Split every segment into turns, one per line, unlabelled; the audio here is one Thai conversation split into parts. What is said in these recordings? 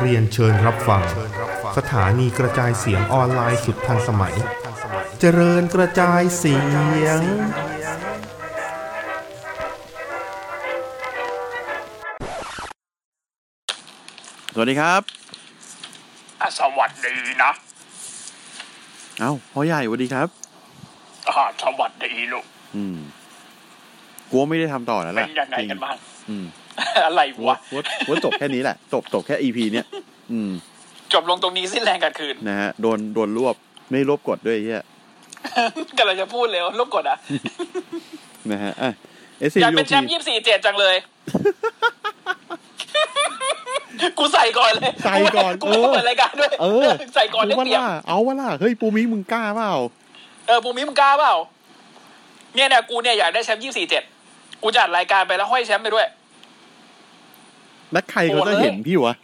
เรียนเชิญรับฟัง สถานีกระจายเสียงออนไลน์สุดทันสมัย เจริญกระจายเสียง
สวัสดีครับ
อ่ะสวัสดีนะ
เอ้าพ่อใหญ่สวัสดีครับ
อ่าสวัสดีลูก
อืมกลัวไม่ได้ทำต่อแล้ว
เป็
ล่ะ
นยังไงกันบ้าง
อืม
อะไร
กลัว
วะ
กลัวกลัวจบแค่นี้แหละ จบจบแค่ EP เนี้ย อืม
จบลงตรงนี้สิ้นแรงกันคืน
นะฮะ โดน โดนรวบ ไม่รวบกดด้วยไอ้เฮีย
กำลังจะพูดเลยว่าลบกดอ่ะ
นะฮะ อ่ะ S C
อยาก
U
เป็นแช
T
มป์ยี่สี่เจ็ดจังเลย กูใส่ก่อนเลย
ใส่ก่อน
กูไม่ต้อง
เออ
เปิดรายการด้วย
เออ
ใส่ก่อนได้
ว่า
เปรียบ
ล่ะเอาว่าล่ะ เฮ้ย ปูมิมึงกล้าเปล่า
เออปูมิมึงกล้าเปล่า เนี่ยเนี่ยกูเนี่ยอยากได้แชมป์ยี่สี่เจ็ดกูจัดรายการไปแล้วห้อยแชมป์ไปด้วย
แล้วใครเขาจะเห็นพี่วะ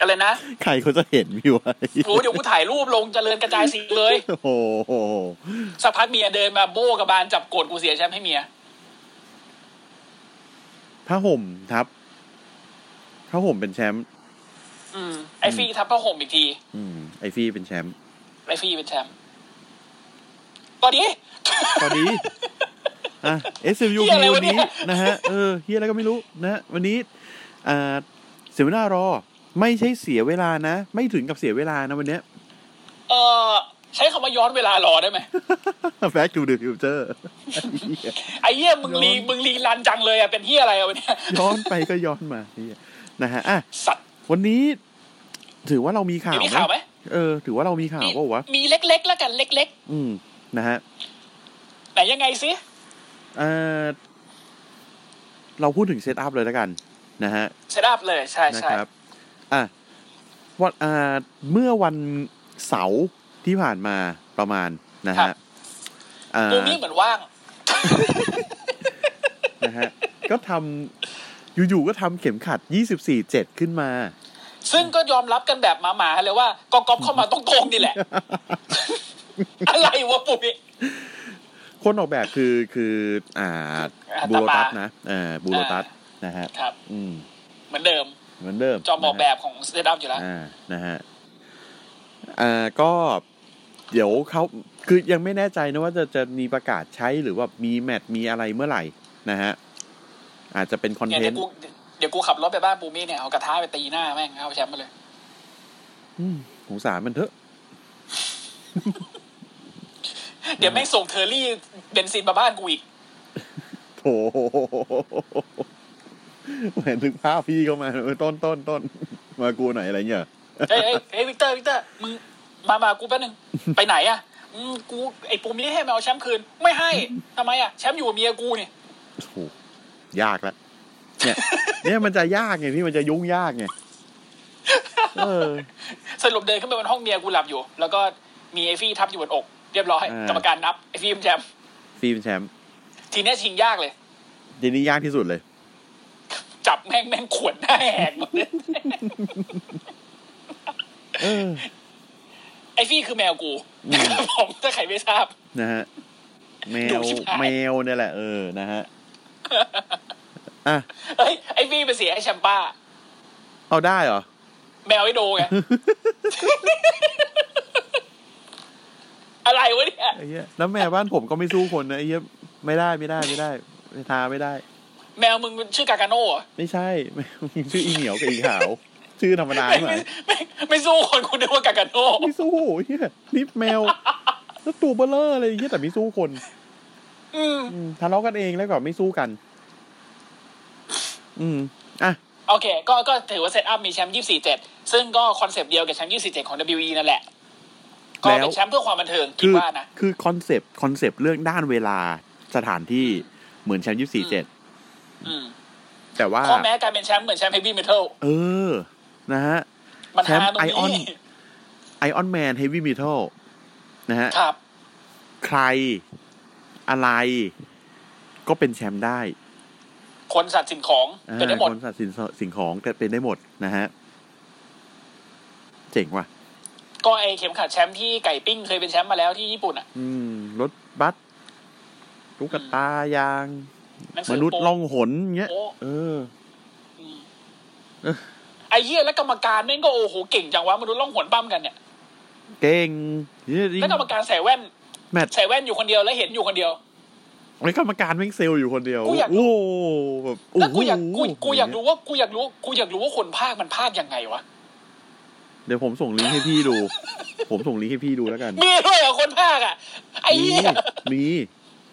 อะไรนะ
ใครเขาจะเห็นพี่วะ
กูเดี๋ยวกูถ่ายรูปลงเจริญกระจายสีเลย
โอ้โห
สักพักเมียเดินมาโบกับบานจับกดกูเสียแชมป์ให้เมีย
ผ้าห่มครับผ้าห่มเป็นแชมป์
อืมไอฟี่ทับผ้าห่มอีกที
อืม ไอฟี่เป็นแชมป์
ไรฟรีเป็นแชมป์ตอนนี้
สวัสดีอ่ะ SMU
เหี้ยอะไรวะ
วันนี้
เนี่ย
นะฮะ เออเฮียอะไรก็ไม่รู้นะฮะวันนี้อ่าเสียเวลารอ ไม่ใช่เสียเวลานะ ไม่ถึงกับเสียเวลานะวันเนี้ย
เออใช้คำว่าย้อนเวลารอได้ไหม
Back to the future
ไอ้เหี้ยมึงรี
ย้อน
มึงรีรันจังเลยอ่ะเป็นเหี้ยอะไรอ่ะวันเนี้ย
ย้อนไปก็ย้อนมาเฮียนะฮะอ่ะ
สัตว์
วันนี้ ถือว่าเรามีข่า
มี
ว
มีข่าวไหม
เออ ถือว่าเรามีข่าวว่าวะ
มีเล็กๆ แล้วกันเล็ก
อืมนะฮะ
ๆ ไหนยังไงสิ
เออเราพูดถึงเซตอัพเลยแล้วกัน นะฮะ
เซตอัพเลยใช่
นะ
ใช่
ครับ อ่ะวันอ่าเมื่อวันเสาร์ที่ผ่านมาประมาณนะฮะอ่า
กูนี่เหมือนว่าง
นะฮะ ก็ทำอยู่ๆก็ทำเข็มขัด 24 7 ขึ้นมา
ซึ่งก็ยอมรับกันแบบหมาๆเลยว่ากก๊อปเข้ามาต้องโกง นี่แหละ อะไรวะปุ๊บ
คนออกแบบคือคืออ่า
อ่า
บูโรตัส
ตาปา
นะเออบูโรตัสนะฮะ
ครับ
อืม
เหมือนเดิม
เหมือนเดิม
จอมออกแบบของเซตอัพอยู่แล้ว
อ่านะฮะอ่าก็เดี๋ยวเขาคือยังไม่แน่ใจนะว่าจะจะมีประกาศใช้หรือว่ามีแมทมีอะไรเมื่อไหร่นะฮะ อาจจะเป็นคอน
เนี่ย
เท
เดี๋
น
ยว
ต์
กูเดี๋ยวกูขับรถไปบ้านปูมี่เนี่ยเอากระทะไปตีหน้าแม่งเอาแชมป์มาเลย
อืมสงสารมันเถอะ
เดี๋ยวแม่งส่งเทอร์รี่เบนซินมาบ้านกูอีก
โถเหมือนถึงภาพพี่เข้ามาเออต้นต้นต้นมากูหน่อยอะไรเงี้ย
เฮ้ยเฮ้ยเฮ้ยวิกเตอร์วิกเตอร์มึงมามากูแป๊บนึง ไปไหนอ่ะอืมกูไอ้ปูมี่ให้มาเอาแชมป์คืน ไม่ให้ทำไมอ่ะแชมป์อยู่กับเมียกูนี่
โถยากละเนี่ย เนี่ยมันจะยากไงพี่มันจะยุ่งยากไงเออ
สรุปเดินขึ้นไปบนห้องเมียกูหลับอยู่ แล้วก็มีไอ้ฟี่ทับอยู่บนอก เรียบร้อย
อ่าก ก
รรมการนับไอ้ฟี่เป็นแชมป์
ฟิล์มแชมป์
ทีเนี้ยชิงยากเลย
ทีนี้ยากที่สุดเลย
จับแม่งแม่งขวนหน้าแหกหมดเลย
เออ
ไอ้ฟี่คือแมวกู
อืม
ครับผมถ้าใครไม่ทราบ
นะฮะ แม
ดุ
ว
ชิบหาย
แมวเนี่ยแหละเออนะฮะอ่ะ
เอ้ยไอ้ฟี่ไปเสียไอ้แชมป้า
เอาได้เหรอ
แมวไอ้โด ไง อะไรวะเนี่ย
ไอ้เหี้ยแล้วแม่บ้านผมก็ไม่สู้คนนะไอ้เหี้ยไม่ได้ไม่ได้ไม่ได้ไม่ทาไม่ได้
แมวมึงชื่อกากาโน่เหรอ
ไม่ใช่ ชื่ออีเหนียวกับอีขาว ชื่อธรรมดาใช่ไหม
ไม่ไม่สู้คนคุณนึกว่ากากาโน่
ไม่สู้เฮียนี่แมวแล้วตัวเบลเลอร์อะไรเฮียแต่ไม่สู้คน
อืม
อืมทะเลาะกันเองแล้วก็ไม่สู้กัน อืมอ่ะ
โอเค ก็ก็ถือว่าเซตอัพมีแชมป์ยี่สี่เจ็ดซึ่งก็คอนเซปต์เดียวกับแชมป์ยี่สี่เจ็ดของ WWE นั่นแหละ ก็เป็นแชมป์เพื่อความบันเทิงคิ
คื
ด
อ
ว่านะ
คือคอนเซปต์คอนเซปต์เรื่องด้านเวลาสถานที่เหมือนแชมป์ยี่สี่เจ็ด
อืม
แต่ว่า
ข้อแม้การเป็นแชมป์เหมือนแชมป์เฮฟวี่เมทัล
เออ นะฮะ
มัน
แชมป์
ฮาตรง
ไอออน
นี้
ไอออนแมนเฮฟวี่ม a ทัลนะฮะ
ครับ
ใครอะไรก็เป็นแชมป์ได้
คนสัตว์สิ่งของ
อ่า
เป็นได้หมด
คนสัตว์สินสสิ่งของก็เป็นได้หมดนะฮะ เจ๋งว่ะ
ก็ไอเข็มขัดแชมป์ที่ไก่ปิ้งเคยเป็นแชมป์มาแล้วที่ญี่ปุ่นอ่ะ
อืม รถบัสลูกกระตายาง
หนัง
ม
สือ
นุษย์
โปะ
ล่องหนเงี้ย
โอ้
เออ
ไอ้เหี้ยแล้วกรรมการแม่งก็โอ้โหเก่งจังวะมนุษย์ล่องหนปั้มกันเนี่ย
เก่งเหี้ยจริง
แล้วกรรมการใส่แว่น
แมตช์
ใส่แว่นอยู่คนเดียวแล้วเห็นอยู่คนเดียว
ไอ้กรรมการแม่งเซลล์อยู่คนเดียว
กูอยาก
โอ้โหแบบ
แล้วกูอยาก
โโห
กูกูอยากรู้ว่ากูอยากรู้กูอยากรู้ว่าคนภาคมันภาคยังไงวะ
เดี๋ยวผมส่งลิงก์ให้พี่ดู ผมส่งลิงก์ให้พี่ดูแล้วกัน
มีด้วยเหรอคนภาคอ่ะไอ้เหี้ย
มีมี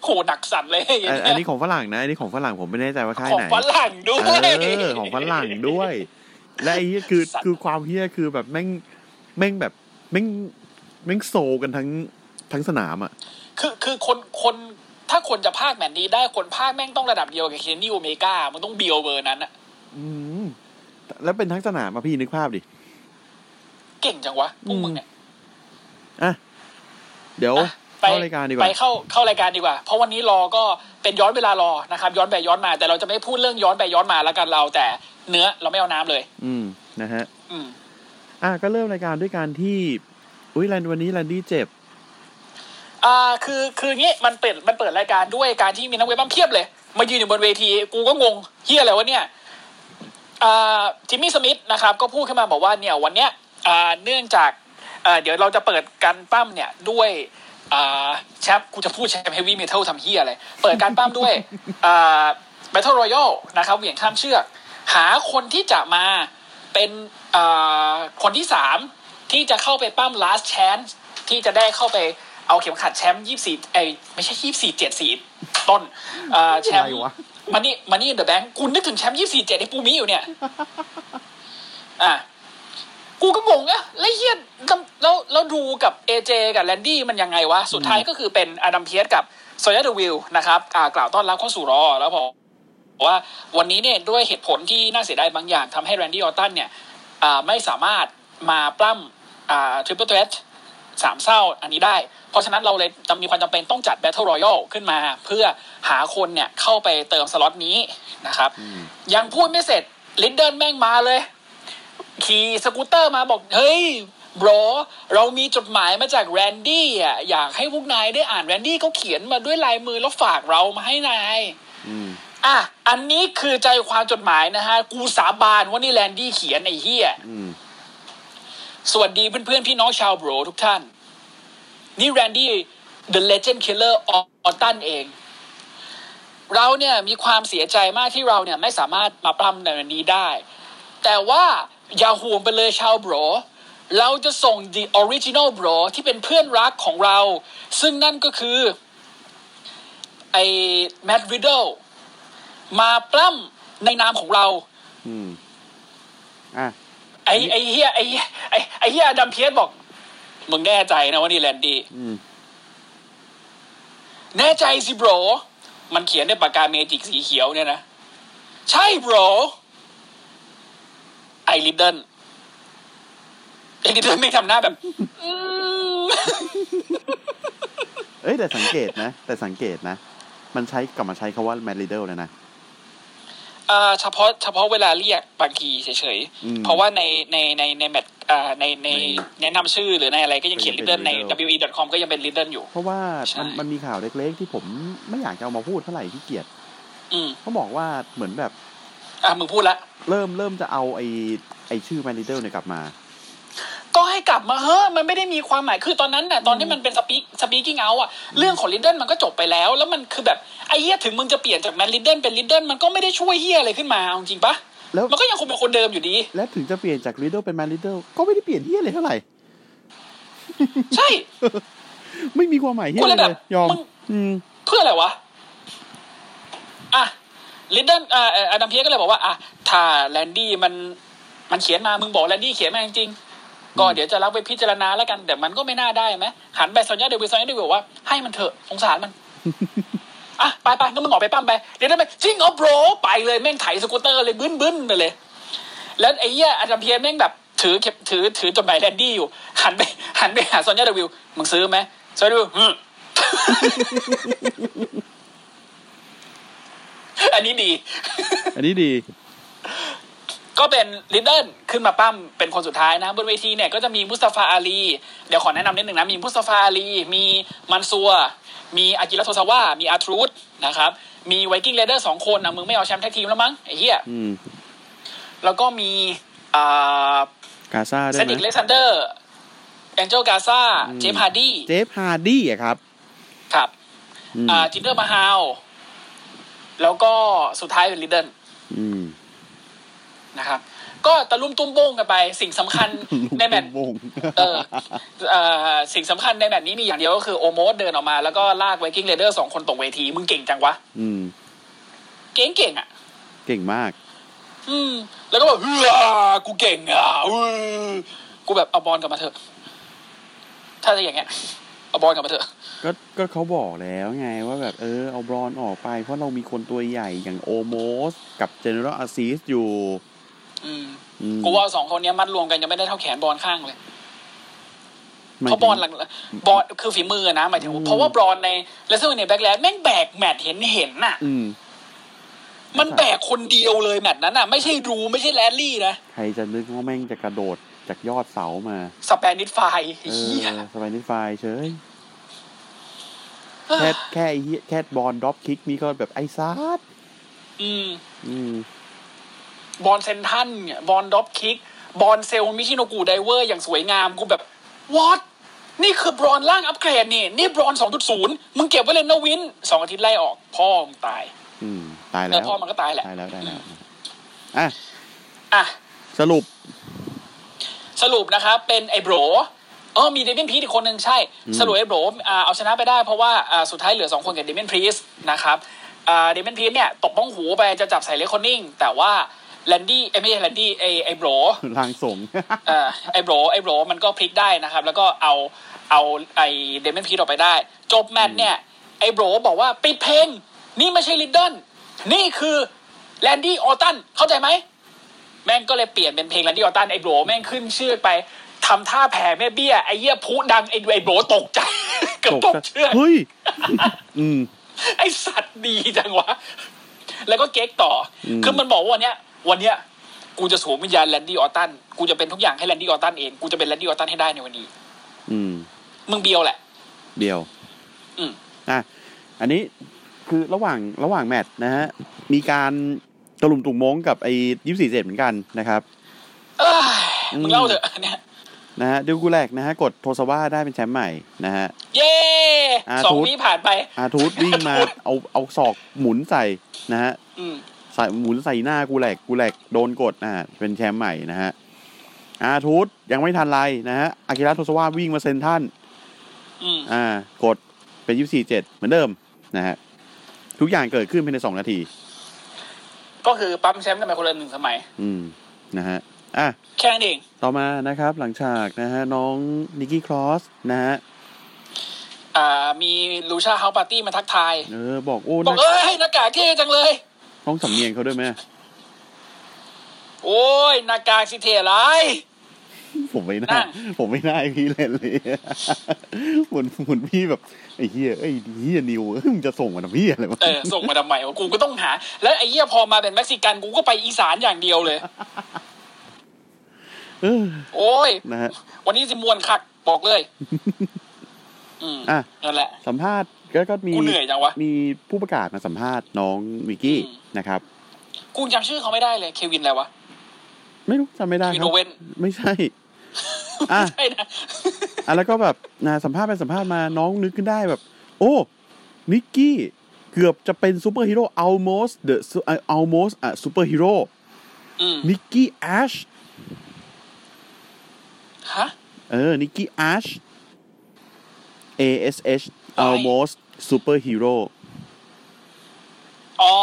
โหหนักสั่นเลยไอ้เหี้ย
อันอันนี้ของฝรั่งนะอันนี้ของฝรั่งผมไม่แน่ใจว่าค่าย
ของ
ไหน
ฝรั่งด้วย
เออของฝรั่งด้วย และไอ้เหี้ยคือ
สัตว์
คือความเฮี้ยคือแบบแม่งแม่งแบบแม่งแม่งโซกันทั้งทั้งสนามอ่ะ
คือคือคนคนถ้าคนจะภาคแบบนี้ได้คนภาคแม่งต้องระดับเดียวกับเคนนี่โอเมก้ามันต้องเบียวเบอร์นั้นอะ
อืมแล้วเป็นทั้งสนามอ่ะพี่นึกภาพดิ
เก่งจังวะพวกมึงเนี่ย
เดี๋ยว
อ่ะไป
เข้ารายการดีกว่า
ไปเข้าเข้ารายการดีกว่า เพราะวันนี้รอก็เป็นย้อนเวลารอนะครับ ย้อนไปย้อนมา แต่เราจะไม่พูดเรื่องย้อนไปย้อนมาแล้วกันเรา แต่เนื้อเราไม่เอาน้ำเลย
อืมนะฮะ
อืม
อ่ะก็เริ่มรายการด้วยการที่ อุ้ยแลนวันนี้แลนดี้เจ็บ
อ่าคือคืออย่างงี้มันเปิดมันเปิดรายการด้วยการที่มีนักเวทบ้างเพียบเลย มายืนอยู่บนเวทีกูก็งงเฮียอะไรวะเนี่ยอ่าจิมมี่สมิธนะครับ ก็พูดขึ้นมาบอกว่าเนี่ยวันเนี้ยอ่าเนื่องจากอ่าเดี๋ยวเราจะเปิดการปั้มเนี่ยด้วยอ่าแชมป์กูจะพูดแชมป์เฮฟวี่เมทัลทำเฮียอะไรเปิดการปั้มด้วย อ่า Battle Royal นะครับเหวี่ยงข้ามเชือก หาคนที่จะมาเป็นเอ่อคนที่สามที่จะเข้าไปปั้ม last chance ที่จะได้เข้าไปเอาเข็มขัดแชมป์ยี่สี่ไอยไม่ใช่ยี่สี่เจ็ดสี่ต้นเอ่อแชมป์
อะไรวะ
มันนี่มันนี่เดอะแบงค์คุณนึกถึงแชมป์ยี่สี่เจ็ดที่ปูมีอยู่เนี่ย อ่ะ กูก็งงอะแล้วเฮียแล้วแล้วดูกับเอเจกับแลนดี้มันยังไงวะ สุดท้ายก็คือเป็นอดัมเพียสกับโซยาเดวิลนะครับ อ่ากล่าวต้อนรับเข้าสู่รอ แล้วพอ ว่าวันนี้เนี่ยด้วยเหตุผลที่น่าเสียดายบางอย่างทำให้แรนดี้ออตตันเนี่ยอ่าไม่สามารถมาปล้ำทริปเปิลเทรสามเศร้าอันนี้ได้ เพราะฉะนั้นเราเลยจำมีความจำเป็นต้องจัดแบทเทิลรอยัลขึ้นมา เพื่อหาคนเนี่ยเข้าไปเติมสล็อตนี้นะครับ ยังพูดไม่เสร็จลินเดินแม่งมาเลย ขี่สกูตเตอร์มาบอก เฮ้ยบรเรามีจดหมายมาจากแรนดี้อ่ะอยากให้พวกนายได้อ่านแรนดี้เขาเขียนมาด้วยลายมือแล้วฝากเรามาให้นาย
อืม
อ่ะ อันนี้คือใจความจดหมายนะฮะ กูสาบานว่านี่แลนดี้เขียนไอ้เฮีย
อืม
สวัสดีเพื่อนๆ พี่น้องชาวโบรทุกท่าน นี่แรนดี้ The Legend Killer ออตันเอง เราเนี่ยมีความเสียใจมากที่เราเนี่ยไม่สามารถมาปล้ำในวันนี้ได้ แต่ว่าอย่าห่วงไปเลยชาวโบรเราจะส่ง The Original Bro ที่เป็นเพื่อนรักของเรา ซึ่งนั่นก็คือไอ้แมดวิดเดิล มาปล้ำในนามของเรา
อืมอ่ะ
ไอ้ไอ้เฮียไอ้เหี้ยไอ้ไอ้เฮียอดัมเพียสบอก มึงแน่ใจนะว่านี่แลนดี้
อืม
แน่ใจสิโบรมันเขียนด้วยปากกาเมจิกสีเขียวเนี่ยนะ ใช่โบรไอ้ลิดเดิลไอ้ลิดเดิลไม่ทำหน้าแบบ อืม
เอ้ยแต่สังเกตนะ แต่สังเกตนะ มันใช้กลับมาใช้คาว่าแมรี่เดิลเลยนะ
อ่าเฉพาะเฉพาะเวลาเรียกบางทีเฉย
อืม
ๆ เพราะว่าในในในในแมทอ่าในในแนะนำชื่อหรือในอะไรก็ยังเขียน
ก็ยั
ลิ
งเป็
ดเดิ
น
ลใน
Riddle
we.com ก็ยังเป็นลิดเดิลอยู่
เพราะว่า
ใช่
มันมันมีข่าวเล็กๆที่ผมไม่อยากจะเอามาพูดเท่าไหร่ที่เกียจ
อืม
เขาบอกว่าเหมือนแบบ
อ่ะมึงพูดละ
เริ่มเริ่มจะเอาไอไอชื่อแมรี่เดิลเนี่ยกลับมา
ก็ให้กลับมาเฮ้อะมันไม่ได้มีความหมายคือตอนนั้นน่ะตอนที่มันเป็นสปีสปีกิ้งเอาอะเรื่องของลิดเดิลมันก็จบไปแล้ว แล้วมันคือแบบไอ้เหี้ยถึงมึงจะเปลี่ยนจากแมนลิดเดิลเป็นลิดเดิลมันก็ไม่ได้ช่วยเหี้ยอะไรขึ้นมาเอาจริงปะ
แล้ว
มันก็ยังคงเป็นคนเดิมอยู่ดี
และถึงจะเปลี่ยนจากริดเดิลเป็นแมนริดเดิลก็ไม่ได้เปลี่ยนเฮี้ยเลยเท่าไหร่
ใช่
ไม่มีความหมายเฮี้ย
กู
อะไร
เลยแบบ
เลยยอม
มึง
อืม
เพื่ออะไรวะ อ่ะ ลิดเดิลอ่าเอ่ออดัมเพียก็เลยบอกว่า อ่ะ ถ้าแลนดี้มัน มันเขียนมา มึงบอกแลนดี้เขียนมาจริงๆ ก็เดี๋ยวจะรับไปพิจารณาแล้วกัน แต่มันก็ไม่น่าได้ไหมหันไปซอนยาเดวิลซอนยาเดวิลบอกว่า ให้มันเถอะ สงสารมัน อ่ะ ไปไปก็มึงออกไปปั้มไป เดี๋ยวได้ไหมจริงเหรอโบรไปเลย แม่งไถสกูตเตอร์เลยบึ้นบึ้นไปเลย แล้วไอ้เหี้ยอดัมเพียแม่งแบบ ถือเข็บถือถือจดหมายแลนดี้อยู่ หันไป หันไปหาซอนยาเดวิลมึงซื้อไหมซอนยาเดวิลอืม อันนี้ดี
อันนี้ดี
ก็เป็นลิดเดิลขึ้นมาปั้มเป็นคนสุดท้ายนะ บนเวทีเนี่ยก็จะมีมุสตาฟาอาลี เดี๋ยวขอแนะนำนิดหนึ่งนะ มีมุสตาฟาอาลี มีมันซัว มีอากิระโทซาวะมีอาทรูดนะครับ มีไวกิ้งเลเดอร์สองคนนะมึงไม่เอาแชมป์แท็กทีมแล้วมั้งไอ้เหี้ย
อืม
แล้วก็มีอ่าก
าซาด้ว
เซ
ย
นิกเล
นะ
ซันเดอร์แองเจลกาซาเจฟฮาร์ดี้
เจฟฮาร์ดี้อะครับ
ครับ
อืม
อ่าจินเดอร์มาฮาวแล้วก็สุดท้ายเป็นลิดเดิล
อืม
นะครับ ก็ตะลุมตุ้มโป้งกันไปสิ่งสำคัญ ในแมตช์
วง
เออเอ่อสิ่งสำคัญในแมตช์นี้มีอย่างเดียวก็คือโอโมสเดินออกมาแล้วก็ลากไวกิ้งเรเดอร์สองคนตกเวที มึงเก่งจังวะ
อืม
เก่งเก่งๆอ่ะ
เก่งมาก
อืม แล้วก็แบบเฮ้ยกูเก่งอ่ะอื้อกูแบบเอาบอลกลับมาเถอะ ถ้าจะอย่างเงี้ย เอาบอลกลับมาเถอะ
ก็ก็เขาบอกแล้วไงว่าแบบเออเอาบรอนออกไป เพราะเรามีคนตัวใหญ่อย่างโอโมสกับเจเนอเรลอาซีสอยู่
อืม
อืม
กูว่าสองคนเนี้ยมัดรวมกันยังไม่ได้เท่าแขนบอลข้างเลย
หมยถึง
เขาบอลหลังบอลคือฝีมือนะหมายถึง
อืม
เพราะว่าบอลในเลเซอร์ในแบ็กแลนแม่งแบกแมตช์เห็นเห็นน่ะ
อืม
มันแบกคนเดียวเลยแมตช์นั้นน่ะ ไม่ใช่รูไม่ใช่แรลลี่นะ
ใครจะนึกว่าแม่งจะกระโดดจากยอดเสามา
สเปนิดไฟล์
เอ
ไอ้เหี้ย
อสบายนิดไฟล์เฉย แค่แค่ไอ้เหี้ยแค่บอลดรอปคิกนี่ก็แบบไอ้ซาด
อืม
อืม
บอลเซนทันเนี่ยบอลดรอปคิก บอลเซลมิชิโนกูไดเวอร์อย่างสวยงามกูแบบวอตนี่คือบรอนล่างอัปเกรดนี่ นี่บรอนสองจุดศูนย์มึงเก็บไว้เลยนะวินสองอาทิตย์ไล่ออกพ่อมึงตาย
อืม ตาย
แล้
แล้ว ว
พ่อมันก็ตายแหละ
ตายแล้วตายแล้วอ่ะ
อ่ะ
สรุป
สรุปนะครับเป็นไอ้โบรเออมีเดเมียนพี t อีกคนหนึ่งใช่ สรุปไอ้โบรอ่าเอาชนะไปได้เพราะว่าอ่าสุดท้ายเหลือสองคนกับเดเมียนพี t นะครับอ่าเดเมียนพี t เนี่ยตกบ้องหูไปจะจับใส่เลคคอนนิ่ง แต่ว่าแลนดี้ไอ้ยไม่ใช่แลนดี้ไอ้ไอ้โบร
ลางส่ง
เอ่อไอ้โบรไอ้โบรมันก็พลิกได้นะครับ แล้วก็เอาเอาไอ้เดเมียนพี t ออกไปได้ จบแมตช์เนี่ยไอ้โบรบอกว่าปิดเพลงนี่ไม่ใช่ลิดเดิลนี่คือแลนดี้ออตันเข้าใจไหม แม่งก็เลยเปลี่ยนเป็นเพลงแลนดี้ออตตันไอ้โบรแม่งขึ้นชื่อไปทำท่าแผ่แม่เบี้ย ไอ้เหี้ยพุดังไอ้ไอ้โบรตกใจ เกือบตกเชือก
เฮ้ย อืม
ไอ้สัตว์ดีจังวะ แล้วก็เก๊กต่ออ
ม
คือมันบอกว่าวันเนี้ย วันเนี้ย กูจะสวมวิญญาณแลนดี้ออตตันกูจะเป็นทุกอย่างให้แลนดี้ออตตันเองกูจะเป็นแลนดี้ออตตันให้ได้ในวันนี้
อืม
มึงเบียวแหละ
เดียว
อืม
อ่ะ อันนี้คือระหว่างระหว่างแมตช์นะฮะ มีการตะลุมตุ่มโมงกับไอ้ยี่สี่เจ็ดเหมือนกันนะครับ
เอ้ย
อืม
มึงเล่าเถอะ อันเนี่ย
นะฮะดิวกูแลกนะฮะ กดโทซาว่าได้เป็นแชมป์ใหม่นะฮะ
เย้
อ่า
สอง
ทูต
วิผ่านไป
อา ทูตวิ่งมาเอาเอาศอกหมุนใส่นะฮะ
อืม
ใส่หมุนใส่หน้ากูแหลกกูแหลกโดนกดอ่าเป็นแชมป์ใหม่นะฮะอาทูตยังไม่ทันไรนะฮะอากิระโทซาวะวิ่งมาเซ็นท่าน
อืม
อ่ากดเป็นยี่สี่เจ็ดเหมือนเดิมนะฮะทุกอย่างเกิดขึ้นภายในสองนาที
ก็คือปั๊มแชมป์กันไปคนละหนึ่งสมัย
อืมนะฮะอ่ะ
แค่นั้นเอง
ต่อมานะครับ หลังฉากนะฮะ น้องนิกกี้ครอสนะฮะ
อ่ามีลูชาเฮาปาร์ตี้มาทักทาย
เออ บอกโอ้
บอก
น่า
เอ้ยหน้ากากเท่จังเลย
น้องสำเนียงเขาด้วยไหม
โอ้ยหน้ากากสิเท่ไร
ผมไม่น่า
น่ะ
ผมไม่น่าให้พี่เล่นเลย เหมือนเหมือนพี่แบบไอ้เฮียไอ้เฮียนิวเอ้ยมึงจะส่งมาทำเฮียอะไรวะ
เออ ส่งมาทำไมวะกูก็ต้องหา แล้วไอ้เหี้ยพอมาเป็นเม็กซิกันกูก็ไปอีสานอย่างเดียว เลย
เออ
โอ้ย
นะฮะ
วันนี้สิมวนคักบอกเลย อืม
อ่ะ
นั่นแหละ
สัมภาษณ์แล้วก็มี
กูเหนื่อยจังวะ
มีผู้ประกาศมาสัมภาษณ์น้องวิกกี้
อืม
นะครับ
กูจำชื่อเขาไม่ได้เลย เควินอะไรวะ
ไม่รู้จำไม่ได้
เควิ
คน รั
โอบ เว่น
ไม่ใช่ อ่ะ
ใช่นะ
อ่ะแล้วก็แบบนะสัมภาษณ์ไปสัมภาษณ์มาน้องนึกขึ้นได้แบบ โอ้นิกกี้เกือบจะเป็นซูเปอร์ฮีโร่ almost the su- เอ่อ almost อ่ะซูเปอร์ฮีโร่
อืม
นิกกี้แอช
ฮะ
เออนิกกี้แอช A S H almost super hero
อ๋อ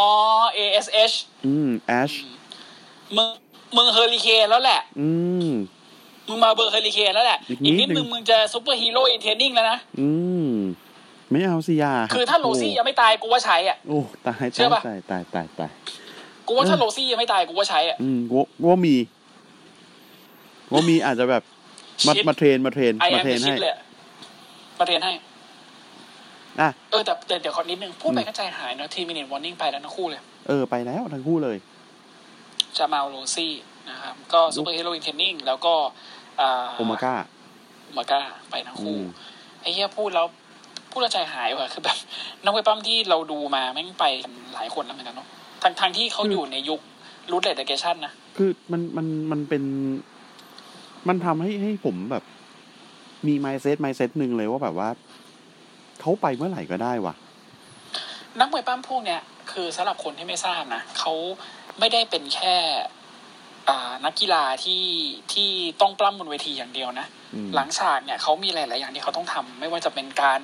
ASH
อืมแอช
มึงมึงเฮอริเคนแล้วแหละ
อืม
มึงมาเบอร์เฮอริเคนแล้วแหละ
อีกนิดนึง
อีกนิดนึงมึงจะซูเปอร์ฮีโร่อินเทนนิ่งแล้วนะ
อืม ไม่เอาสิยา
คือถ้าโลซี่ยังไม่ตายกูว่าใช้อ่ะ
โอ้ตาย
เชื่
ตา
อย ปะ
ตายตายตายตาย
กูว่าถ้าโลซี่ยังไม่ตายกูว่าใช้อ่ะ
อืมว่าว่ามีว่ามีอาจจะแบบมา
ชิด
มาเทรนมาเทรน
ไอแอ
มาม เทรน
ชิ
ให้
ปเลยอะมาเทรนให้
อ่ะ
เออแต่แต่เดี๋ยวขอนิดนึง พูดไปก็ใจหายเนอะทีมินิวอร์นิ่งไปแล้วทั้งคู่เลย
เออไปแล้วทั้งคู่เลย
จะมาเอาโรซี่ นะครับก็ซูเปอร์ฮีโร่อินเทนนิ่งแล้วก็อ่า
โอมาก้า
โอมาก้าไปทั้ง
อื
คู่
ม
ไอ้เหี้ยพูดแล้วพูดแล้วใจหายว่ะคือแบบนักเวทปั้มที่เราดูมาแม่งไปกันหลายคนแล้วเหมือนกันเนาะทางทางที่เขาอยู่ในยุครูทเลดเดเกชันนะ
คือมันมันมันเป็น มันทำให้ให้ผมแบบ มีไมเซ็ตไมเซ็ตหนึ่งเลยว่าแบบว่า เขาไปเมื่อไหร่ก็ได้ว่ะ
นักมวยปั้มพวกเนี่ยคือสำหรับคนที่ไม่ทราบนะเขาไม่ได้เป็นแค่อ่านักกีฬาที่ที่ต้องปล้ำบนเวทีอย่างเดียวนะ
อืม
หลังฉากเนี่ยเขามีหลาย ๆ อย่างที่เขาต้องทำไม่ว่าจะเป็นการ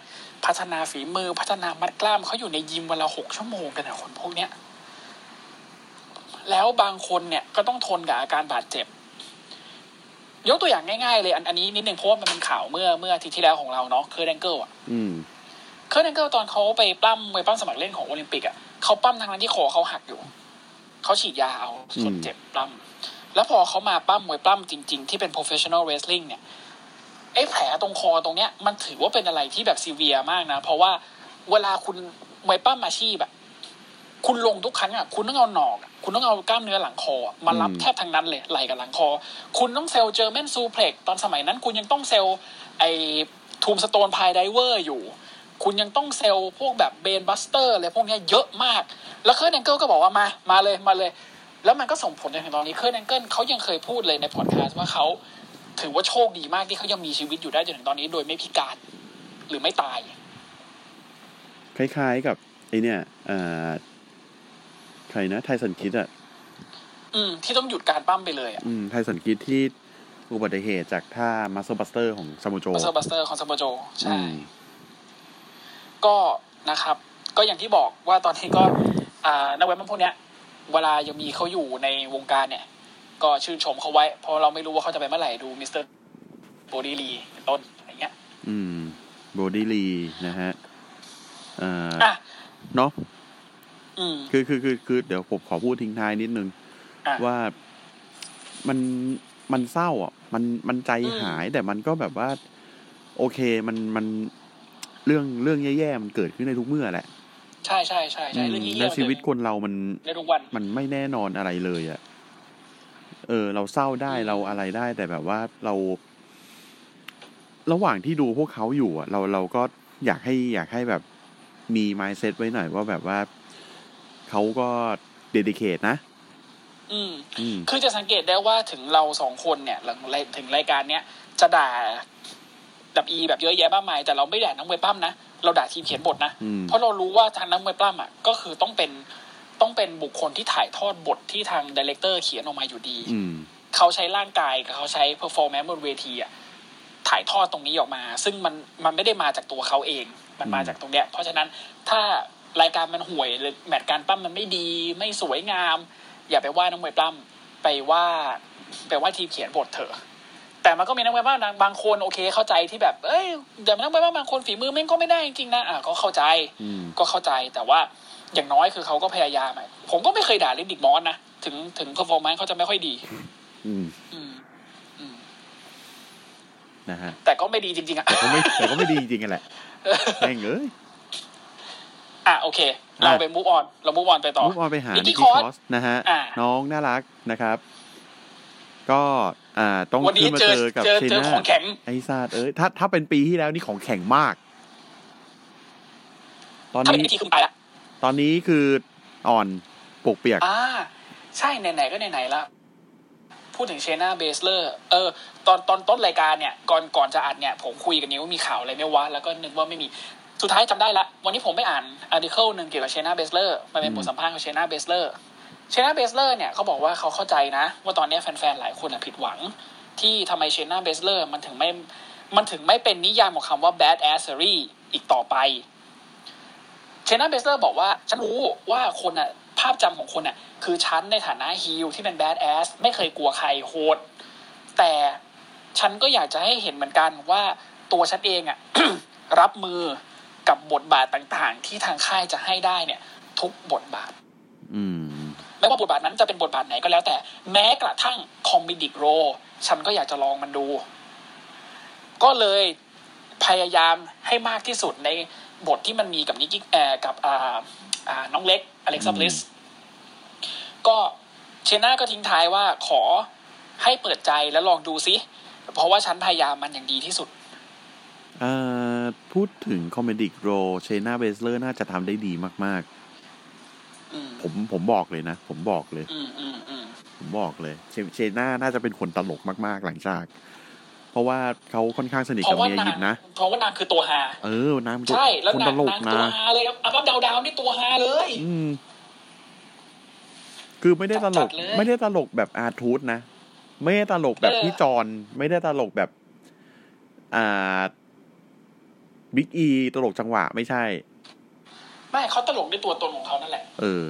พัฒนาฝีมือพัฒนามัดกล้ามเขาอยู่ในยิมวันละหกชั่วโมงกันนะคนพวกเนี้ยแล้วบางคนเนี่ยก็ต้องทนกับอาการบาดเจ็บ ยกตัวอย่างง่าย ๆ เลยอันอันนี้นิดนึงเพราะว่ามันเป็นข่าวเมื่อเมื่ออาทิตย์ที่แล้วของเราเนาะคือแดงเกิลอะ
อืม
เคิร์ตแองเกิลตอนเขาไปปั้มมวยปั้มสมัครเล่นของโอลิมปิกอ่ะเขาปั้มทางนั้นที่คอเขาหักอยู่ เขาฉีดยาเอา
อืม
คนเจ็บปั้มแล้วพอเขามาปั้มมวยปั้มจริง ๆ ที่เป็น professional wrestling เนี่ยไอ้แผลตรงคอตรงเนี้ยมันถือว่าเป็นอะไรที่แบบซีเวียมากนะ เพราะว่าเวลาคุณมวยปั้มอาชีพอะคุณลงทุกครั้งอะคุณต้องเอาหนอกอะคุณต้องเอากล้ามเนื้อหลังคออะมารับแทบทั้งนั้นเลยไหลกับหลังคอ คุณต้องเซลล์เจอร์แมนซูเพล็กซ์ตอนสมัยนั้น คุณยังต้องเซลล์ไอ้ทูมสโตนพายไดเวอร์อยู่ คุณยังต้องเซลล์พวกแบบเบนบัสเตอร์อะไรพวกเนี้ยเยอะมาก แล้วเคิร์ดแองเกิลก็บอกว่ามา มาเลยมาเลย แล้วมันก็ส่งผลจนถึงตอนนี้เคิร์ดแองเกิลเขายังเคยพูดเลยในพอดแคสต์ว่าเขาถือว่าโชคดีมากที่เขายังมีชีวิตอยู่ได้จนถึงตอนนี้โดยไม่พิการ หรือไม่ตาย
คล้าย ๆ กับไอเนี่ยเอ่อใครนะไทสันคิดอ่ะ
อืม ที่ต้องหยุดการปั้มไปเลยอะ
อืมไทสันคิดที่อุบัติเหตุจากท่ามัสเซอร์บัสเตอร์ของซามูโจ
บัสเตอร์บัสเตอร์ของซัมโบโจ ใช่
อืม
ก็นะครับ ก็อย่างที่บอกว่าตอนนี้ก็ อ่านักเว็บมันพวกเนี้ย เวลายังมีเขาอยู่ในวงการเนี่ย ก็ชื่นชมเขาไว้ เพราะเราไม่รู้ว่าเขาจะไปเมื่อไหร่ดูมิสเตอร์โบดีลีเป็นต้นอะไรเงี้ย
อืมโบดี้ลีนะฮะเอ่อ
อ่ะ
เนาะ
อืม
คือคือคือคือเดี๋ยวผมขอพูดทิ้งท้ายนิดนึง
อ่ะ
ว่ามันมันเศร้าอ่ะ มันมันใจหายแต่มันก็แบบว่า โอเคมันมันเรื่องเรื่องแย่ๆมันเกิดขึ้นในทุกเมื่อแหละ
ใช่ใช่ใช่ใช่เรื่องนี้
แล้วชีวิตคนเรามัน
ในทุกวัน
มันไม่แน่นอนอะไรเลยอะ่ะ เออ เราเศร้าได้
อืม
เราอะไรได้ แต่แบบว่าเรา ระหว่างที่ดูพวกเขาอยู่อะเราเราก็อยากให้อยากให้แบบมีไมเซ็ตไว้หน่อยว่าแบบว่าเขาก็เดดิเคทนะ
อืม
อืม
คือจะสังเกตได้ว่าถึงเราสองคนเนี่ยหลังถึงรายการเนี้ยจะด่าดับอีแบบเยอะแยะมากมาย แต่เราไม่ด่านักมวยปล้ำนะเราด่าทีมเขียนบทนะ
อืม
เพราะเรารู้ว่าทางนักมวยปล้ำอ่ะก็คือต้องเป็นต้องเป็นบุคคลที่ถ่ายทอดบทที่ทางดีเลกเตอร์เขียนออกมาอยู่ดี
อืม
เขาใช้ร่างกายกับเขาใช้เพอร์ฟอร์แมนซ์บนเวทีอะถ่ายทอดตรงนี้ออกมา ซึ่งมันมันไม่ได้มาจากตัวเขาเอง มันมา
อืม
จากตรงเนี้ย เพราะฉะนั้นถ้ารายการมันห่วยหรือแมตช์การปั้มมันไม่ดีไม่สวยงาม อย่าไปว่านักมวยปล้ำไปว่าไปว่าทีมเขียนบทเถอะ แต่มันก็มีนักมวยปล้ำบางคนโอเคเข้าใจที่แบบ เอ้ยแต่นักมวยปล้ำบางคนฝีมือแม่งก็ไม่ได้จริงๆนะอ่ะก็เข้าใจ
อืม
ก็เข้าใจแต่ว่าอย่างน้อยคือเขาก็พยายามอะผมก็ไม่เคยด่าลิดดิกมอสนะถึงถึงเพอร์ฟอร์แมนซ์เขาจะไม่ค่อยดี
อืม
อืมอืม
นะฮะ
แต่ก็ไม่ดีจริงๆอ่ะ
แต่ก็ไม่แต่ก็ไม่ดีจริงกันแหละแม่งเอ้ย
อ่ะโอเค เราไปมูฟออน เรามูฟออนไปต่อ
มุกออนไปหา
Nikki
นิก
Cross
คอสนะฮะ
อ่า
น้องน่ารักนะครับ ก็ อ่า ต้อง
วันนี้
ขึ้นมา
เจอ
เจอกับ
เจอ
เช
เจอ
น่า
ของแข็ง
ไอ้ซาดเอ้ยถ้าถ้าเป็นปีที่แล้วนี่ของแข็งมาก ตอน
ถ้าเป็น
นี้
ไอทีขึ้นไปละ
ตอนนี้คืออ่อนปวกเปียก
อ่า ใช่ ไหนๆก็ไหนๆละ พูดถึงเชน่าเบสเลอร์ เออ ตอนตอนต้นรายการเนี่ย ก่อนก่อนจะอัดเนี่ย ผมคุยกับนิวว่ามีข่าวอะไรไหม่วะ แล้วก็นึกว่าไม่มี สุดท้ายจำได้ละ วันนี้ผมไปอ่านอาร์ติเคิลหนึ่งเกี่ยวกับเชน่าเบสเลอร์ มันเป็น
อืม
บทสัมภาษณ์ของเชน่าเบสเลอร์ เชน่าเบสเลอร์เนี่ยเขาบอกว่าเขาเข้าใจนะ ว่าตอนเนี้ยแฟนๆ หลายคนอะผิดหวัง ที่ทำไมเชน่าเบสเลอร์มันถึงไม่ มันถึงไม่เป็นนิยามของคำว่า bad assery อีกต่อไป เชน่าเบสเลอร์บอกว่า ฉันรู้ว่าคนอะภาพจำของคนอะคือฉันในฐานะฮิลที่เป็น bad ass ไม่เคยกลัวใครโหด แต่ฉันก็อยากจะให้เห็นเหมือนกันว่าตัวฉันเองอะ รับมือกับบทบาทต่างๆ ที่ทางค่ายจะให้ได้เนี่ย ทุกบทบาท
อืม
ไม่ว่าบทบาทนั้นจะเป็นบทบาทไหนก็แล้วแต่แม้กระทั่งคอม e ดิกโรฉันก็อยากจะลองมันดู ก็เลยพยายามให้มากที่สุดในบทที่มันมีกับนิกกี้เอ่อกับอ่าอ่าน้องเล็กอเล็กซ์บลิสก็เช เชน่าก็ทิ้งท้ายว่าขอให้เปิดใจแล้วลองดูซิ เพราะว่าฉันพยายามมันอย่างดีที่สุด
เอ่อพูดถึงคอมเมดี้โรเชน่าเบสเลอร์น่าจะทำได้ดีมาก
อืม
ๆ ผมผมบอกเลยนะ ผมบอกเลย
อืมอืมอืม
ผมบอกเลย เชเชน่าน่าจะเป็นคนตลกมากๆหลังจาก เพราะว่าเขาค่อนข้างสนิท
เพ
กับ
ราะว่า
เมีย
นา
หยิ
ง
บนะ
เพราะว่านางคือตัวฮา
เออนางเป็น
ใช่แล้ว
คน
นา
ต
ง
ลก
นาง
นะ
ตัวฮาเลยครับอัพอัพดาวดาวนี่ตัวฮาเลย
อืม คือไม่ได้ตลก
จัดเลย
ไม่ได้ตลกแบบอาร์ทูธนะ ไม่ได้ตลกแบบ
เออ
พี่จอนไม่ได้ตลกแบบ อ่าบิ๊กอีตลกจังหวะ ไม่ใช่
ไม่เขาตลกด้วยตัวตนของเขานั่นแหละ
เออ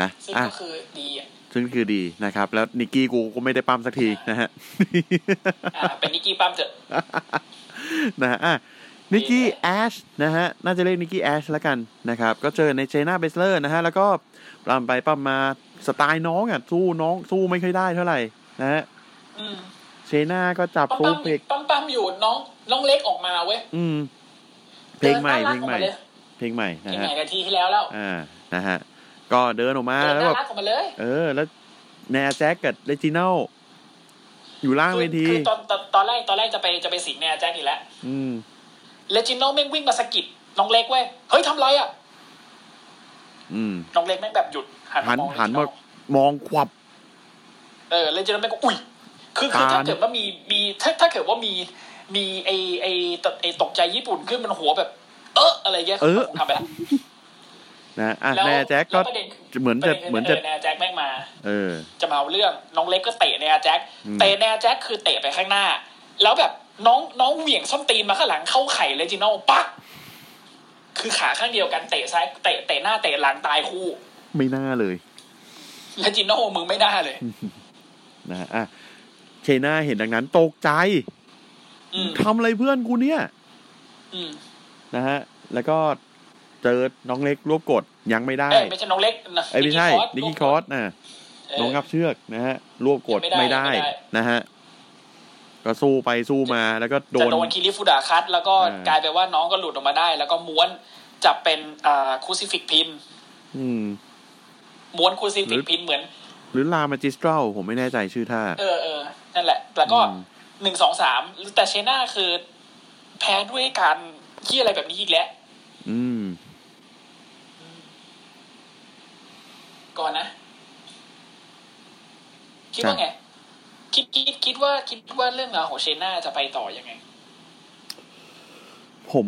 นะ
ซึ่ง
อ่ะ
ก็คือดีอ่ะ
ซึ่งคือดีนะครับ แล้วนิกกี้กูก็ไม่ได้ปั๊มสักทีนะฮะ
อ่าเป็นนิกกี้ปั๊มเถอะ
นะฮะอ่ะนิกกี้แอชนะฮะ น่าจะเรียกนิกกี้แอชแล้วกันนะครับ ก็เจอในเจน่าเบสเลอร์นะฮะ แล้วก็ปล้ำไปปล้ำมาสไตล์น้องอ่ะ สู้น้องสู้ไม่ค่อยได้เท่าไหร่นะฮะ
อืม
เชน่าก็จับ
ปั๊ม
ฟู
ปั๊ม
เพลง
ปั๊มปั๊มอยู่น้องน้องเล็กออกมาเว้ย
อืม เพลงใหม่
ดิน
เพลง
น่ารักออก
ใหม่
มาเลย
เพลงใหม่นะ
ที่ไหน
ฮะ
นาทีที่แล้วแล้ว
อ่า นะฮะ ก็เดินออกมา
เดิน
แล้ว
น่า
แบบ
รักออกมาเลย
เออ แล้วแนแจ็คกับเรจิเนลอยู่ล่างเวที
คือตอนตอนตอนแรกตอนแรกจะไปจะไปสิงแนแจ็คอีกแล้ว
อืม
เลจิโน่แม่งวิ่งมาสะกิดน้องเล็กเว้ย เฮ้ยทำไรอ่ะ
อืม
น้องเล็กแม่งแบบหยุดหัน
หั
มาน มอง
หัน
เลจิ
มา
โน่
มองขวับ
เออเลจิโน่แม่งก็อุ้ย คือคือ
ตา
ถ้าเกิดว่ามีมีถ้าถ้าเกิดว่ามีมีไอไอตไอตกใจญี่ปุ่นขึ้นมันหัวแบบ เอออะไรเงี้ยทำไปแล้ว
นะฮะอ่ะ
ล้ว
แนแจ็คก็
ล้วประเด็นคื
เหมือนจะ
ประด็คื
เหมือนจะ
แนแจ็คแม่งมา
เออ
จะมาเอาเรื่องน้องเล็กก็เตะแนแจ็ค
อืม
เตะแนแจ็คคือเตะไปข้างหน้า แล้วแบบน้องน้องเหวี่ยงส้นตีนมาข้างหลังเข้าไข่เลจิโน่ปักคือขาข้างเดียวกันเตะซ้ายเตะเตะหน้าเตะหลังตายคู่
ไม่น่าเลย
และจิโน่มึงไม่ได้เลย
นะฮะอ่ะเชน่าเห็นดังนั้นตกใจ
อืม
ทำอะไรเพื่อนกูเนี่ย
อืม
นะฮะ แล้วก็เจอน้องเล็กรวบกดยังไม่ได้
เอ้ยไม่ใช่น้องเล็กนะ
ไอ้ยไม่ใช่นิกกี้คอ
ส
สน่ะ
เออ
น้องงับเชือกนะฮะ รวบกด
ไม่
ไม่
ได้
ได้
ไม่ได้
นะฮะ ก็สู้ไปสู้มาแล้วก็โด
จะ
น
โดนคิริฟูดาคัตแล้วก็
อ่าก
กลายไปนว่าน้องก็หลุดออกมาได้ แล้วก็ม้วนจับเป็นอ่าคูซิฟิกพิน
อืม
ม้วนคูซิฟิ
หรื
ก
อ
พินเหมือน
หรือลามาจิสตรัลผมไม่แน่ใจชื่อท่า
เออเออนั่นแหละ แล้วก็
อืม
หนึ่งสองสามแต่เชน่าคือ แพ้ด้วยการที่อะไรแบบนี้อีกแล้ว
อืม
ก่อนนะ คิด
จ้ะ
ว่าไง คิดคิดคิดว่าคิดว่าเรื่องราวของเชน่าจะไปต่อยังไง
ผม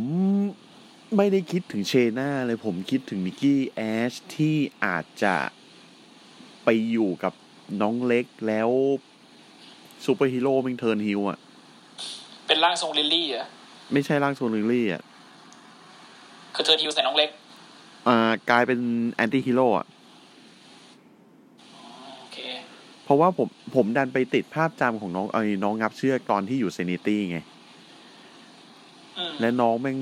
ไม่ได้คิดถึงเชน่าเลยผมคิดถึงนิกกี้แอชที่อาจจะไปอยู่กับน้องเล็กแล้วซูเปอร์ฮีโร่แม่งเทิร์นฮิลอะ
เป็นร่างทรงลิลลี่เหรอ
ไม่ใช่ร่างโซลิลลี่อะ
คือเธอทิวใส่น้องเล็ก
อ่ากลายเป็นแอนตี้ฮีโร่อะ
โอเค
เพราะว่าผมผมดันไปติดภาพจำของน้องไอ้น้องงับเชือกตอนที่อยู่เซนิตี้ไง
อืม
และน้องแม่ง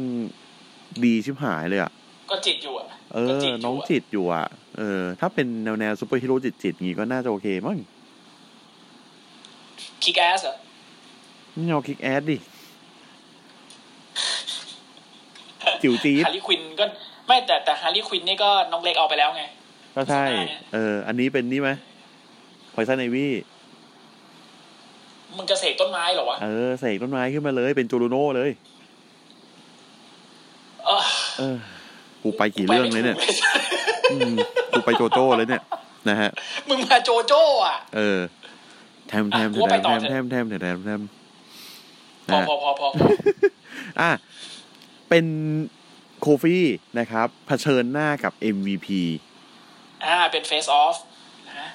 ดีชิบหายเลยอะ่ะ
ก็จิตอยู่อ่ะ
เอ
ก็
อ
จิตยู่ะ
น้องจิตอยู่อะ่ะ เออ ถ้าเป็นแนวแนวซูเปอร์ฮีโร่จิตจิตๆงี้ก็น่าจะโอเคมั้ง
คิกแอสเหรอ
ไม่เอาคิกแอดดิ จิ๋วจี๊ด
ฮาร์ลีควินก็ไม่แต่แต่ฮาร์ลีควินนี่ก็น้องเล็กเอาไปแล้วไง
ก็ใช่ เออ อันนี้เป็นนี่ไหมพอยซันไนวี่
มึงจะเสกต้นไม้เหรอวะ
เออ เสกต้นไม้ขึ้นมาเลย เป็นจูรูโน่เลย
เออ
เออ กูไปกี่เรื่องเลยเนี่ย
ไปไม่ถูก
อืมกูไปโจโจ้เลยเนี่ย นะฮะ
มึงมาโจโจ้อ่ะ
เออแทมแทมแท
อ่ะกูว่าไป
ม
ต่
แท
อ
ม
เถ
แทมแทม
อะ
แทมแทมแทม
พอ
นะ
พอพอพอ
อ่ะ เป็นโคฟี่นะครับเผชิญหน้ากับ MVP
อ่า เป็นเฟสออฟนะ